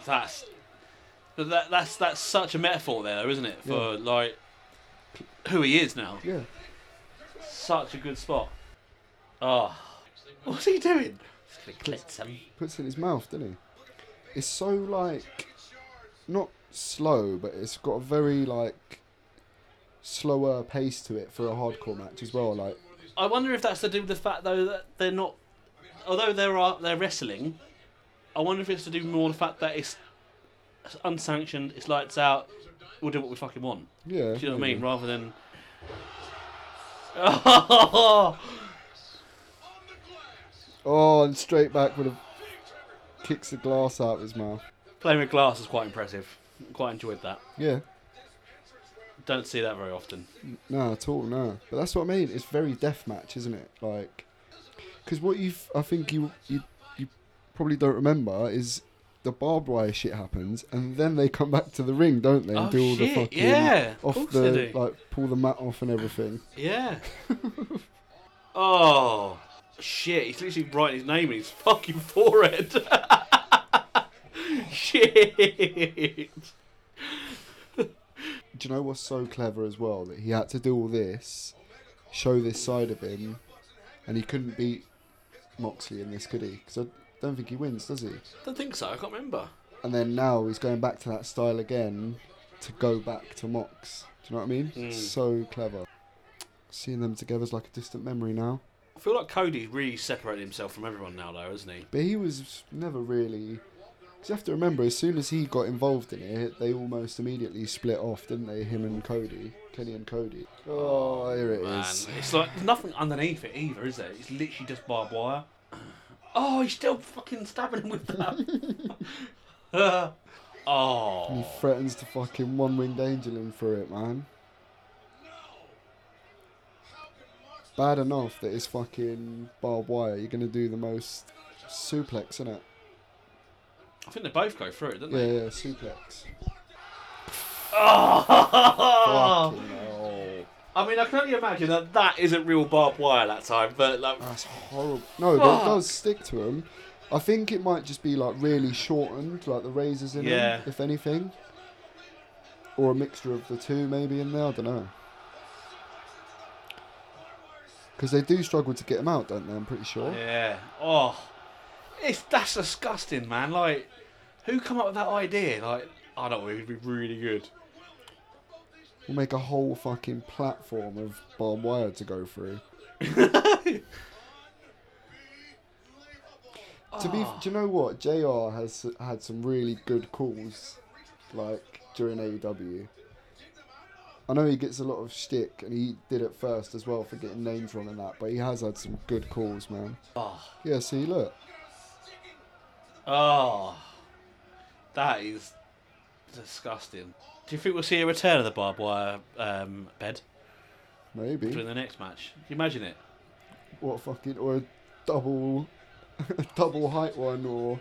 Speaker 1: That's but that, that's that's such a metaphor there, though, isn't it? For like who he is now.
Speaker 2: Yeah.
Speaker 1: Such a good spot. Oh, what's he doing? Clit him.
Speaker 2: Puts it in his mouth, doesn't he? It's so like not slow, but it's got a very like slower pace to it for a hardcore match as well. Like
Speaker 1: I wonder if that's to do with the fact though that they're not, although they are they're wrestling. I wonder if it's to do more with the fact that it's unsanctioned, it's lights out. We'll do what we fucking want. Do
Speaker 2: yeah.
Speaker 1: you know what I mean?
Speaker 2: maybe.
Speaker 1: Rather than.
Speaker 3: On the glass.
Speaker 2: Oh, and straight back with a kicks the glass out of his mouth.
Speaker 1: Playing with glass is quite impressive. Quite enjoyed that.
Speaker 2: Yeah.
Speaker 1: Don't see that very often.
Speaker 2: No, at all, no. But that's what I mean. It's very death match, isn't it? Like, because what you, I think you, you, you probably don't remember is the barbed wire shit happens, and then they come back to the ring, don't they? And
Speaker 1: Oh,
Speaker 2: do all
Speaker 1: shit,
Speaker 2: the fucking
Speaker 1: yeah, of
Speaker 2: off
Speaker 1: course
Speaker 2: the
Speaker 1: they do.
Speaker 2: like pull the mat off and everything.
Speaker 1: Yeah. oh shit! He's literally writing his name in his fucking forehead. shit.
Speaker 2: Do you know what's so clever as well that he had to do all this, show this side of him, and he couldn't beat Moxley in this, could he? Because I don't think he wins, does he?
Speaker 1: Don't think so. I can't remember.
Speaker 2: and then now he's going back to that style again to go back to Mox. Do you know what I mean?
Speaker 1: Mm.
Speaker 2: So clever. Seeing them together is like a distant memory now.
Speaker 1: I feel like Cody's really separated himself from everyone now, though, isn't he?
Speaker 2: But he was never really. Cause you have to remember, as soon as he got involved in it, they almost immediately split off, didn't they? Him and Cody, Kenny and Cody. Oh, here it is.
Speaker 1: Man, it's like there's nothing underneath it either, is there? It's literally just barbed wire. Oh, he's still fucking stabbing him with that.
Speaker 2: He
Speaker 1: oh,
Speaker 2: threatens to fucking one winged angel him for it, man. Bad enough that it's fucking barbed wire. You're gonna do the most suplex, isn't it?
Speaker 1: I think they both go through it, don't
Speaker 2: Yeah,
Speaker 1: they?
Speaker 2: yeah, suplex.
Speaker 1: Oh!
Speaker 2: Fucking hell.
Speaker 1: I mean, I can only imagine that that isn't real barbed wire that time, but like,
Speaker 2: That's horrible. No, but
Speaker 1: Fuck.
Speaker 2: it does stick to him. I think it might just be like really shortened, like the razors in
Speaker 1: Yeah.
Speaker 2: him, if anything. Or a mixture of the two, maybe in there. I don't know. Because they do struggle to get him out, don't they? I'm pretty sure.
Speaker 1: yeah, oh, it's that's disgusting, man. Like, who come up with that idea? Like, I don't know, it'd be really good.
Speaker 2: We'll make a whole fucking platform of barbed wire to go through. To be, do you know what? Jr. has had some really good calls, like during AEW. I know he gets a lot of shtick, and he did at first as well for getting names wrong and that. But he has had some good calls, man.
Speaker 1: Oh,
Speaker 2: Yeah, see, look,
Speaker 1: oh, that is disgusting. Do you think we'll see a return of the barbed wire um, bed?
Speaker 2: Maybe.
Speaker 1: during the next match. Can you imagine it?
Speaker 2: What fucking or a double, a double height one or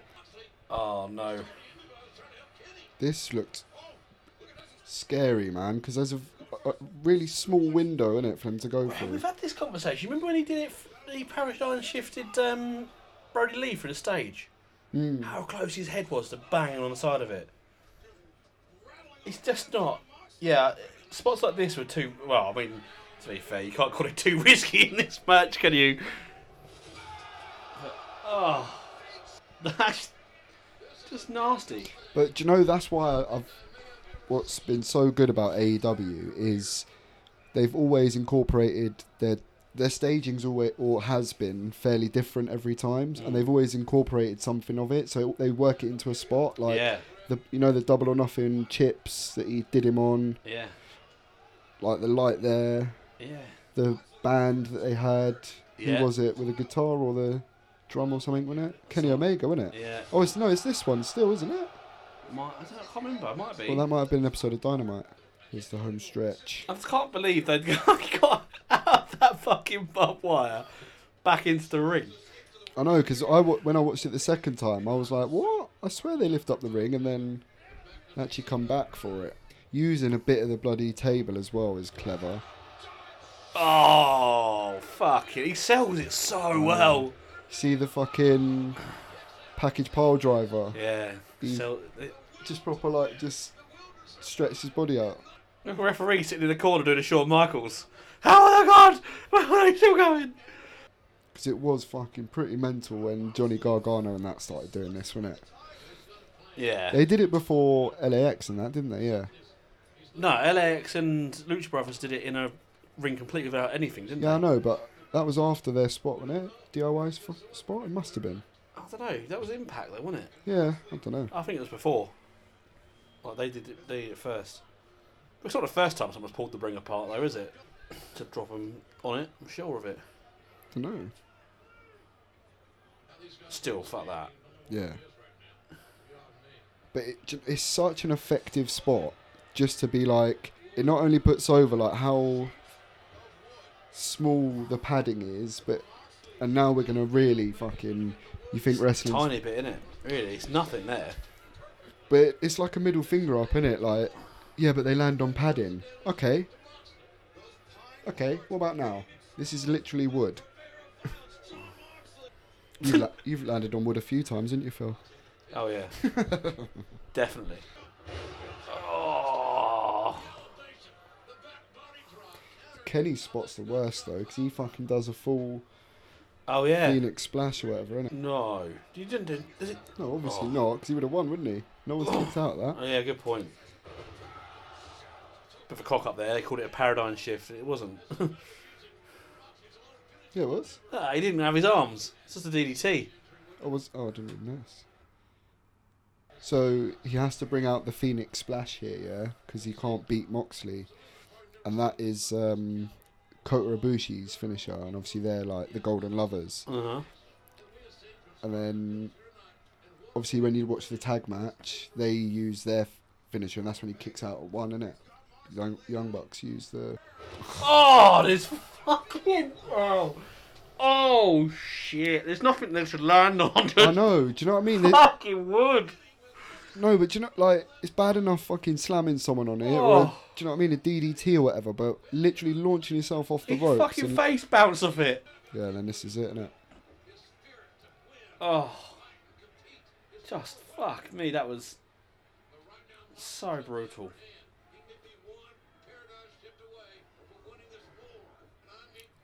Speaker 1: Oh no.
Speaker 2: this looked scary, man. Because there's a, a really small window in it for him to go
Speaker 1: Hey,
Speaker 2: through.
Speaker 1: We've had this conversation. Remember when he did it? f- He paraglided and shifted um, Brody Lee for the stage.
Speaker 2: Hmm.
Speaker 1: How close his head was to banging on the side of it. It's just not. Yeah, spots like this were too. Well, I mean, to be fair, you can't call it too risky in this match, can you? But, oh, that's just nasty.
Speaker 2: But do you know that's why I've what's been so good about AEW is they've always incorporated their their staging's always or has been fairly different every time, and they've always incorporated something of it. So they work it into a spot like
Speaker 1: yeah,
Speaker 2: the you know the double or nothing chips that he did him on,
Speaker 1: yeah,
Speaker 2: like the light there,
Speaker 1: yeah.
Speaker 2: the band that they had.
Speaker 1: Yeah.
Speaker 2: Who was it with a guitar or the drum or something? Wasn't it Kenny Omega? Wasn't it?
Speaker 1: Yeah,
Speaker 2: Oh, it's no, it's this one still, isn't it?
Speaker 1: might, I, don't, I can't remember. It might be.
Speaker 2: Well, that might have been an episode of Dynamite. It's the home stretch.
Speaker 1: I just can't believe they'd got out of that fucking barbed wire back into the ring.
Speaker 2: I know because I wa- when I watched it the second time, I was like, "What? I swear they lift up the ring and then actually come back for it." Using a bit of the bloody table as well is clever.
Speaker 1: Oh, fuck it. He sells it
Speaker 2: Mm.
Speaker 1: so well.
Speaker 2: See the fucking package pile driver
Speaker 1: Yeah.
Speaker 2: Mm.
Speaker 1: So, the
Speaker 2: just proper like just stretch his body out.
Speaker 1: the referee sitting in the corner doing a Shawn Michaels. Oh my god! Why are they still going?
Speaker 2: Because it was fucking pretty mental when Johnny Gargano and that started doing this, wasn't it?
Speaker 1: Yeah.
Speaker 2: They did it before LAX and that, didn't they? Yeah.
Speaker 1: No, LAX and Lucha Brothers did it in a ring complete without anything, didn't
Speaker 2: Yeah, I
Speaker 1: they?
Speaker 2: know, but that was after their spot, wasn't it? DIY's f- spot? It must have been.
Speaker 1: I don't know. That was Impact, though, wasn't it?
Speaker 2: Yeah, I don't know.
Speaker 1: I think it was before. Like they did it, they did it first. It's not the first time someone's pulled the ring apart, though, is it? To drop them on it, I'm sure of it.
Speaker 2: don't know.
Speaker 1: Still, fuck that.
Speaker 2: Yeah. But it, ju- it's such an effective spot just to be like, it not only puts over like how small the padding is, but and now we're gonna really fucking. You think wrestling?
Speaker 1: Tiny bit in it, really. It's nothing there.
Speaker 2: But it's like a middle finger up, innit? Like, yeah, but they land on padding. Okay. Okay, what about now? This is literally wood. you la- you've landed on wood a few times, haven't you, Phil?
Speaker 1: Oh yeah, definitely. Oh,
Speaker 2: Kenny spots the worst, though, because he fucking does a full
Speaker 1: oh yeah.
Speaker 2: Phoenix splash or whatever, innit?
Speaker 1: No, you didn't. Do, is it?
Speaker 2: No, obviously
Speaker 1: Oh.
Speaker 2: not, because he would have won, wouldn't he? No one's kicked out of
Speaker 1: Oh
Speaker 2: that.
Speaker 1: yeah, good point. Bit of a cock up there. They called it a paradigm shift. It wasn't.
Speaker 2: Yeah, it was.
Speaker 1: Ah, he didn't have his arms. It's just a DDT.
Speaker 2: I was. Oh, I didn't even notice. So he has to bring out the Phoenix Splash here, yeah, because he can't beat Moxley, and that is um, Kota Ibushi's finisher, and obviously they're like the Golden Lovers,
Speaker 1: Uh huh.
Speaker 2: and then obviously when you watch the tag match, they use their f- finisher, and that's when he kicks out at one, innit? Young Young Bucks use the
Speaker 1: Oh, there's fucking oh, oh shit! There's nothing there to land on.
Speaker 2: I
Speaker 1: Just
Speaker 2: know. Do you know what I mean? They-
Speaker 1: fucking wood.
Speaker 2: No, but do you know, like, it's bad enough fucking slamming someone on it, or a-
Speaker 1: Oh.
Speaker 2: do you know what I mean, a DDT or whatever, but literally launching yourself off the
Speaker 1: His
Speaker 2: ropes.
Speaker 1: fucking
Speaker 2: and-
Speaker 1: face bounce off it.
Speaker 2: yeah, then this is it, innit?
Speaker 1: Oh, just fuck me. That was so brutal.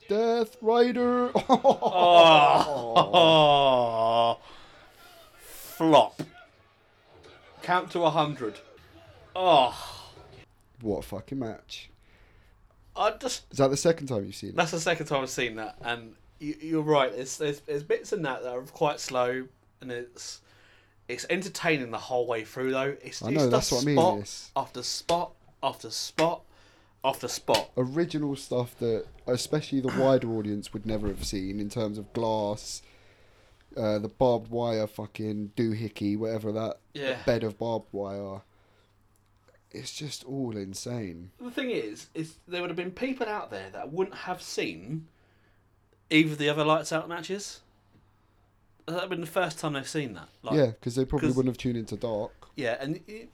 Speaker 2: Death Rider!
Speaker 1: Oh, flop. Count to a hundred. Oh,
Speaker 2: What a fucking match.
Speaker 1: I just
Speaker 2: Is that the second time you've seen it?
Speaker 1: That's the second time I've seen that, and you, you're right. It's there's, there's bits in that that are quite slow, and it's it's entertaining the whole way through though. It's,
Speaker 2: I
Speaker 1: it's just
Speaker 2: know, that's what I mean,
Speaker 1: Spot
Speaker 2: it's-
Speaker 1: After spot after spot after spot.
Speaker 2: Original stuff that, especially the wider audience, would never have seen in terms of glass, uh, the barbed wire fucking doohickey, whatever that
Speaker 1: Yeah.
Speaker 2: bed of barbed wire. it's just all insane.
Speaker 1: The thing is, is there would have been people out there that wouldn't have seen either of the other lights out matches. That'd have been the first time they've seen that. Like,
Speaker 2: yeah, because they probably
Speaker 1: 'cause-
Speaker 2: wouldn't have tuned into Dark.
Speaker 1: Yeah, and it,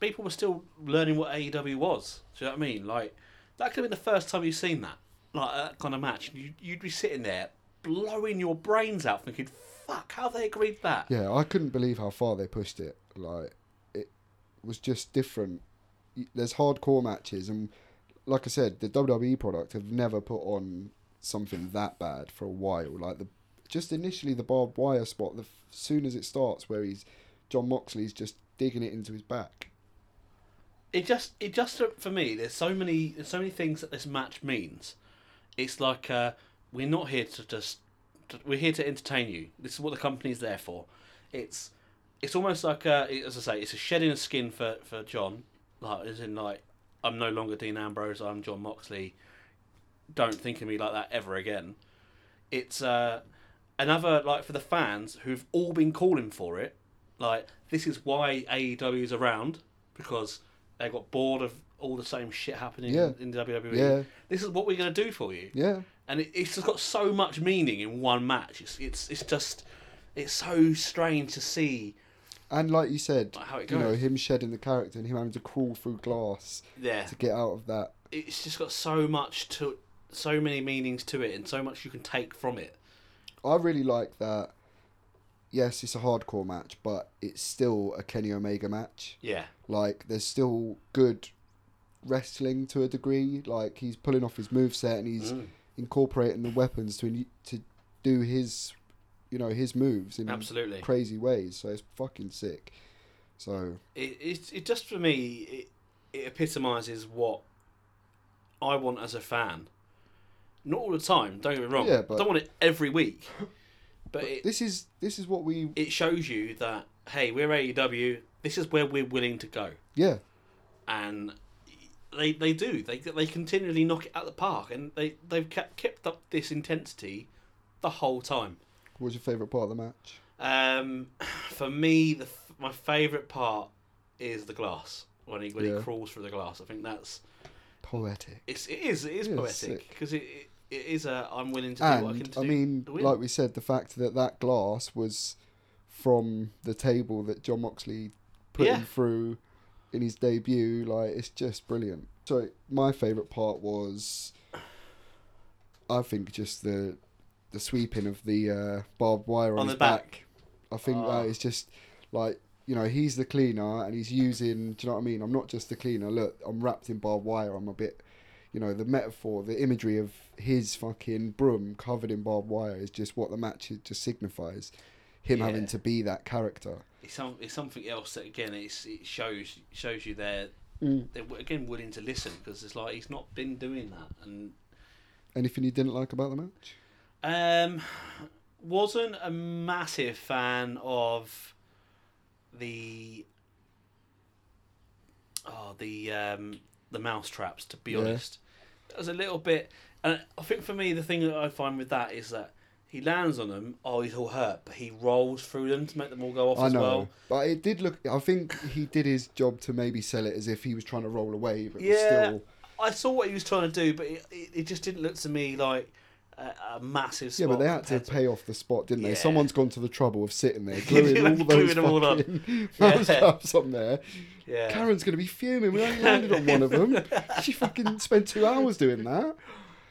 Speaker 1: people were still learning what AEW was. Do you know what I mean? Like that could have been the first time you've seen that, like that kind of match. You, you'd be sitting there blowing your brains out, thinking, "Fuck, how they agreed that."
Speaker 2: Yeah, I couldn't believe how far they pushed it. Like, it was just different. Y- There's hardcore matches, and like I said, the WWE product have never put on something that bad for a while. Like the just initially the barbed wire spot, the f- soon as it starts, where he's John Moxley's just digging it into his back.
Speaker 1: It just, it just uh, for me, there's so many, there's so many things that this match means. It's like uh, we're not here to just, to- we're here to entertain you. This is what the company's there for. It's, it's almost like, uh, it- as I say, it's a shedding of skin for for John. Like, as in, like, I'm no longer Dean Ambrose. I'm John Moxley. Don't think of me like that ever again. It's uh, another like for the fans who've all been calling for it. Like, this is why AEW's around because they got bored of all the same shit happening
Speaker 2: Yeah.
Speaker 1: in the WWE.
Speaker 2: Yeah.
Speaker 1: This is what we're gonna do for you
Speaker 2: Yeah,
Speaker 1: and it, it's just got so much meaning in one match. It's it's it's just it's so strange to see.
Speaker 2: and like you said,
Speaker 1: Like how it
Speaker 2: you know
Speaker 1: goes.
Speaker 2: him shedding the character and him having to crawl through glass
Speaker 1: Yeah,
Speaker 2: to get out of that.
Speaker 1: it's just got so much to so many meanings to it, and so much you can take from it.
Speaker 2: I really like that. Yes, it's a hardcore match, but it's still a Kenny Omega match.
Speaker 1: Yeah,
Speaker 2: Like, there's still good wrestling to a degree. Like, he's pulling off his moveset and
Speaker 1: Mm.
Speaker 2: he's incorporating the weapons to to do his, you know, his moves in
Speaker 1: absolutely.
Speaker 2: crazy ways. So it's fucking sick. So
Speaker 1: It it, it just for me it, it epitomizes what I want as a fan. Not all the time. Don't get me wrong.
Speaker 2: Yeah, but-
Speaker 1: I don't want it every week, but it,
Speaker 2: this is this is what we
Speaker 1: it shows you that hey, we're AEW. This is where we're willing to go.
Speaker 2: yeah
Speaker 1: and they they do they they continually knock it out the park, and they they've kept kept up this intensity the whole time.
Speaker 2: what was your favorite part of the match?
Speaker 1: Um, for me, the f- my favourite part is the glass when he when
Speaker 2: Yeah.
Speaker 1: he crawls through the glass. I think that's
Speaker 2: Poetic.
Speaker 1: it's it is it is
Speaker 2: Yeah, it's
Speaker 1: poetic
Speaker 2: sick.
Speaker 1: because it, it it is a I'm willing to do what I can
Speaker 2: And
Speaker 1: to
Speaker 2: I
Speaker 1: do
Speaker 2: mean,
Speaker 1: to win."
Speaker 2: like we said, the fact that that glass was from the table that John Moxley put
Speaker 1: Yeah.
Speaker 2: him through in his debut, like it's just brilliant. So my favourite part was, I think, just the the sweeping of the uh, barbed wire on,
Speaker 1: on the
Speaker 2: his
Speaker 1: back.
Speaker 2: I think
Speaker 1: Ah.
Speaker 2: that is just like you know he's the cleaner and he's using. Do you know what I mean? I'm not just the cleaner. Look, I'm wrapped in barbed wire. I'm a bit, you know, the metaphor, the imagery of his fucking broom covered in barbed wire is just what the match it just signifies. Him having
Speaker 1: Yeah.
Speaker 2: to be that character.
Speaker 1: It's, some, it's something else that again it's, it shows shows you they're
Speaker 2: Mm.
Speaker 1: they're again willing to listen because it's like he's not been doing that and
Speaker 2: Anything you didn't like about the match?
Speaker 1: Um, wasn't a massive fan of the oh the um the mouse traps. To be
Speaker 2: Yeah.
Speaker 1: honest, it was a little bit. And I think for me, the thing that I find with that is that he lands on them. Oh, he's all hurt, but he rolls through them to make them all go off
Speaker 2: I
Speaker 1: as
Speaker 2: know,
Speaker 1: well.
Speaker 2: but it did look. I think he did his job to maybe sell it as if he was trying to roll away, but it was
Speaker 1: Yeah.
Speaker 2: still.
Speaker 1: I saw what he was trying to do, but it, it, it just didn't look to me like a, a massive.
Speaker 2: Yeah,
Speaker 1: Spot
Speaker 2: but they had to
Speaker 1: compared
Speaker 2: pay off the spot, didn't they?
Speaker 1: Yeah.
Speaker 2: Someone's gone to the trouble of sitting there gluing all those
Speaker 1: Gluing them all up.
Speaker 2: fucking
Speaker 1: Yeah.
Speaker 2: mouse traps on there.
Speaker 1: Yeah.
Speaker 2: Karen's going to be fuming. We only landed on one of them. She fucking spent two hours doing that,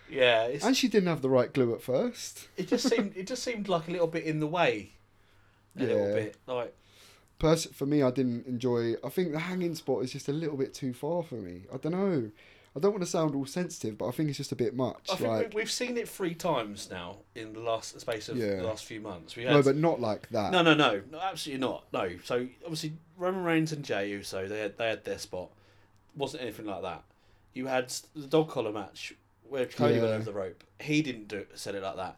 Speaker 1: yeah, it's,
Speaker 2: and she didn't have the right glue at first.
Speaker 1: it just seemed it just seemed like a little bit in the way. A
Speaker 2: Yeah.
Speaker 1: little bit like
Speaker 2: Pers- for me, I didn't enjoy. I think the hanging spot is just a little bit too far for me. I don't know. I don't want to sound all sensitive, but I think it's just a bit much.
Speaker 1: I think
Speaker 2: like
Speaker 1: we, we've seen it three times now in the last space of
Speaker 2: Yeah.
Speaker 1: the last few months. We had
Speaker 2: no, but not like that.
Speaker 1: no, no, no, no, absolutely not. No, so obviously Roman Reigns and Jey Uso they had they had their spot. Wasn't anything like that. You had the dog collar match where Cody went
Speaker 2: Yeah.
Speaker 1: over the rope. He didn't do said it like that.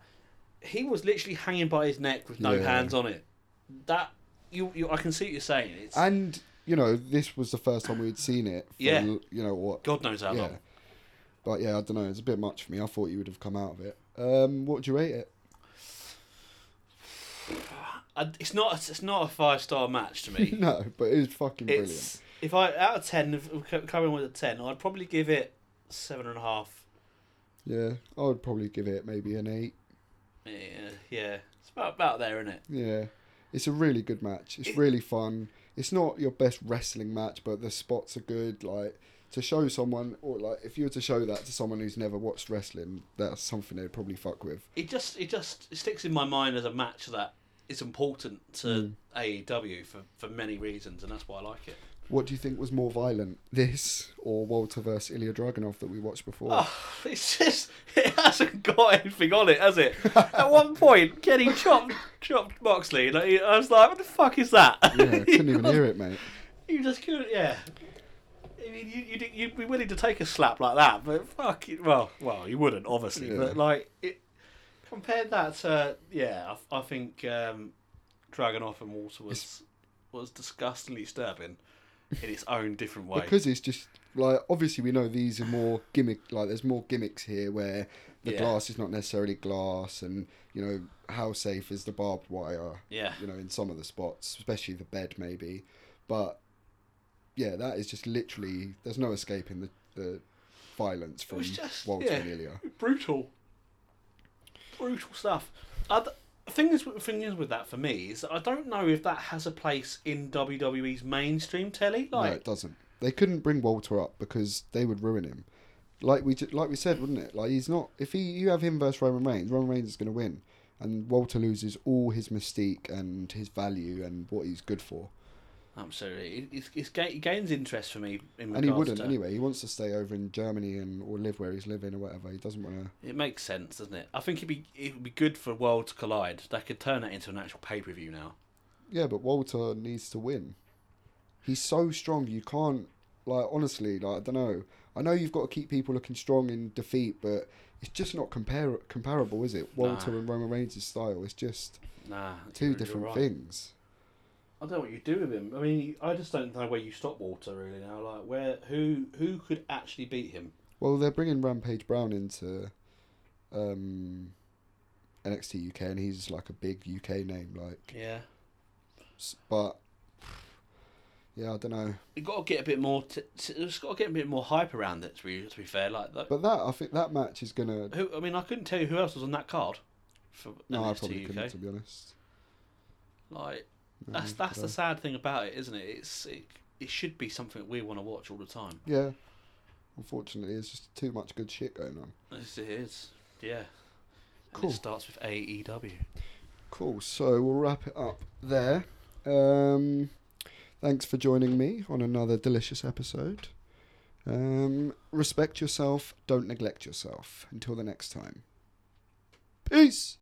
Speaker 1: He was literally hanging by his neck with no
Speaker 2: Yeah.
Speaker 1: hands on it. That you, you I can see what you're saying. It's
Speaker 2: And you know, this was the first time we'd seen it. For,
Speaker 1: Yeah.
Speaker 2: You know what?
Speaker 1: God knows how
Speaker 2: yeah.
Speaker 1: long.
Speaker 2: But yeah, I don't know. It's a bit much for me. I thought you would have come out of it. Um, what would you rate it?
Speaker 1: I, it's not it's not a five star match to me.
Speaker 2: No, but it was fucking brilliant.
Speaker 1: it's if I out of ten, if if c- coming with a ten, I'd probably give it seven and a half.
Speaker 2: Yeah, I would probably give it maybe an eight.
Speaker 1: Yeah, yeah, it's about about there, isn't it?
Speaker 2: Yeah, it's a really good match. It's
Speaker 1: It-
Speaker 2: really fun. It's not your best wrestling match, but the spots are good. Like to show someone, or like if you were to show that to someone who's never watched wrestling, that's something they'd probably fuck with.
Speaker 1: It just it just it sticks in my mind as a match that is important
Speaker 2: Hmm.
Speaker 1: to AEW for for many reasons, and that's why I like it.
Speaker 2: What do you think was more violent, this or Walter versus Ilya Dragunov that we watched before?
Speaker 1: Oh, it's just it hasn't got anything on it, has it? At one point, Kenny chopped chopped Moxley, and I, I was like, "What the fuck is that?"
Speaker 2: yeah, I couldn't even hear it, mate.
Speaker 1: You just couldn't, yeah. I mean, you, you'd, you'd be willing to take a slap like that, but fuck it. Well, well, you wouldn't, obviously.
Speaker 2: Yeah.
Speaker 1: But, like, it, compared that to, yeah, I, I think um, Dragonoff and Walter was, was disgustingly disturbing in its own different way.
Speaker 2: Because it's just like obviously we know these are more gimmick. Like there's more gimmicks here where the
Speaker 1: Yeah.
Speaker 2: glass is not necessarily glass, and you know how safe is the barbed wire.
Speaker 1: yeah.
Speaker 2: you know, in some of the spots, especially the bed maybe. But yeah, that is just literally there's no escaping the, the violence from
Speaker 1: was just-
Speaker 2: Walter
Speaker 1: yeah.
Speaker 2: and Ilya.
Speaker 1: brutal, brutal stuff. I th- thing is, thing is with that for me is that I don't know if that has a place in WWE's mainstream telly.
Speaker 2: No,
Speaker 1: Like,
Speaker 2: it doesn't. They couldn't bring Walter up because they would ruin him. Like we ju- like we said, wouldn't it? Like he's not. If he you have him versus Roman Reigns, Roman Reigns is going to win, and Walter loses all his mystique and his value and what he's good for.
Speaker 1: Absolutely, it, it's, it's, ga- it gains interest for me. In
Speaker 2: And he
Speaker 1: regards
Speaker 2: wouldn't
Speaker 1: to,
Speaker 2: anyway. He wants to stay over in Germany and or live where he's living or whatever. He doesn't want to.
Speaker 1: It makes sense, doesn't it? I think it'd be it'd be good for Worlds Collide. They could turn that into an actual pay per view now.
Speaker 2: Yeah, but Walter needs to win. He's so strong. You can't like honestly. Like I don't know. I know you've got to keep people looking strong in defeat, but it's just not compar- comparable, is it? Walter
Speaker 1: Nah.
Speaker 2: and Roman Reigns' style. It's just
Speaker 1: Nah,
Speaker 2: two
Speaker 1: you're- you're
Speaker 2: different
Speaker 1: right.
Speaker 2: things.
Speaker 1: I don't know what you do with him. I mean, I just don't know where you stop Walter really now. Like, where who who could actually beat him?
Speaker 2: Well, they're bringing Rampage Brown into um, NXT UK, and he's like a big UK name. Like,
Speaker 1: Yeah,
Speaker 2: s- but yeah, I don't know.
Speaker 1: you got to get a bit more. T- t- it's got to get a bit more hype around it. To be to be fair, like that.
Speaker 2: But that I think that match is gonna.
Speaker 1: who? I mean, I couldn't tell you who else was on that card. For
Speaker 2: No, I
Speaker 1: NXT
Speaker 2: probably
Speaker 1: UK.
Speaker 2: couldn't to be honest. Mm,
Speaker 1: Like
Speaker 2: No,
Speaker 1: that's that's
Speaker 2: could
Speaker 1: the
Speaker 2: I?
Speaker 1: sad thing about it, isn't it? It's it, it should be something we want to watch all the time.
Speaker 2: Yeah. Unfortunately, there's just too much good shit going on.
Speaker 1: Yes, it is. Yeah.
Speaker 2: Cool.
Speaker 1: And it starts with E AEW.
Speaker 2: Cool. So we'll wrap it up there. Um, thanks for joining me on another delicious episode. Um, respect yourself. Don't neglect yourself. Until the next time. Peace.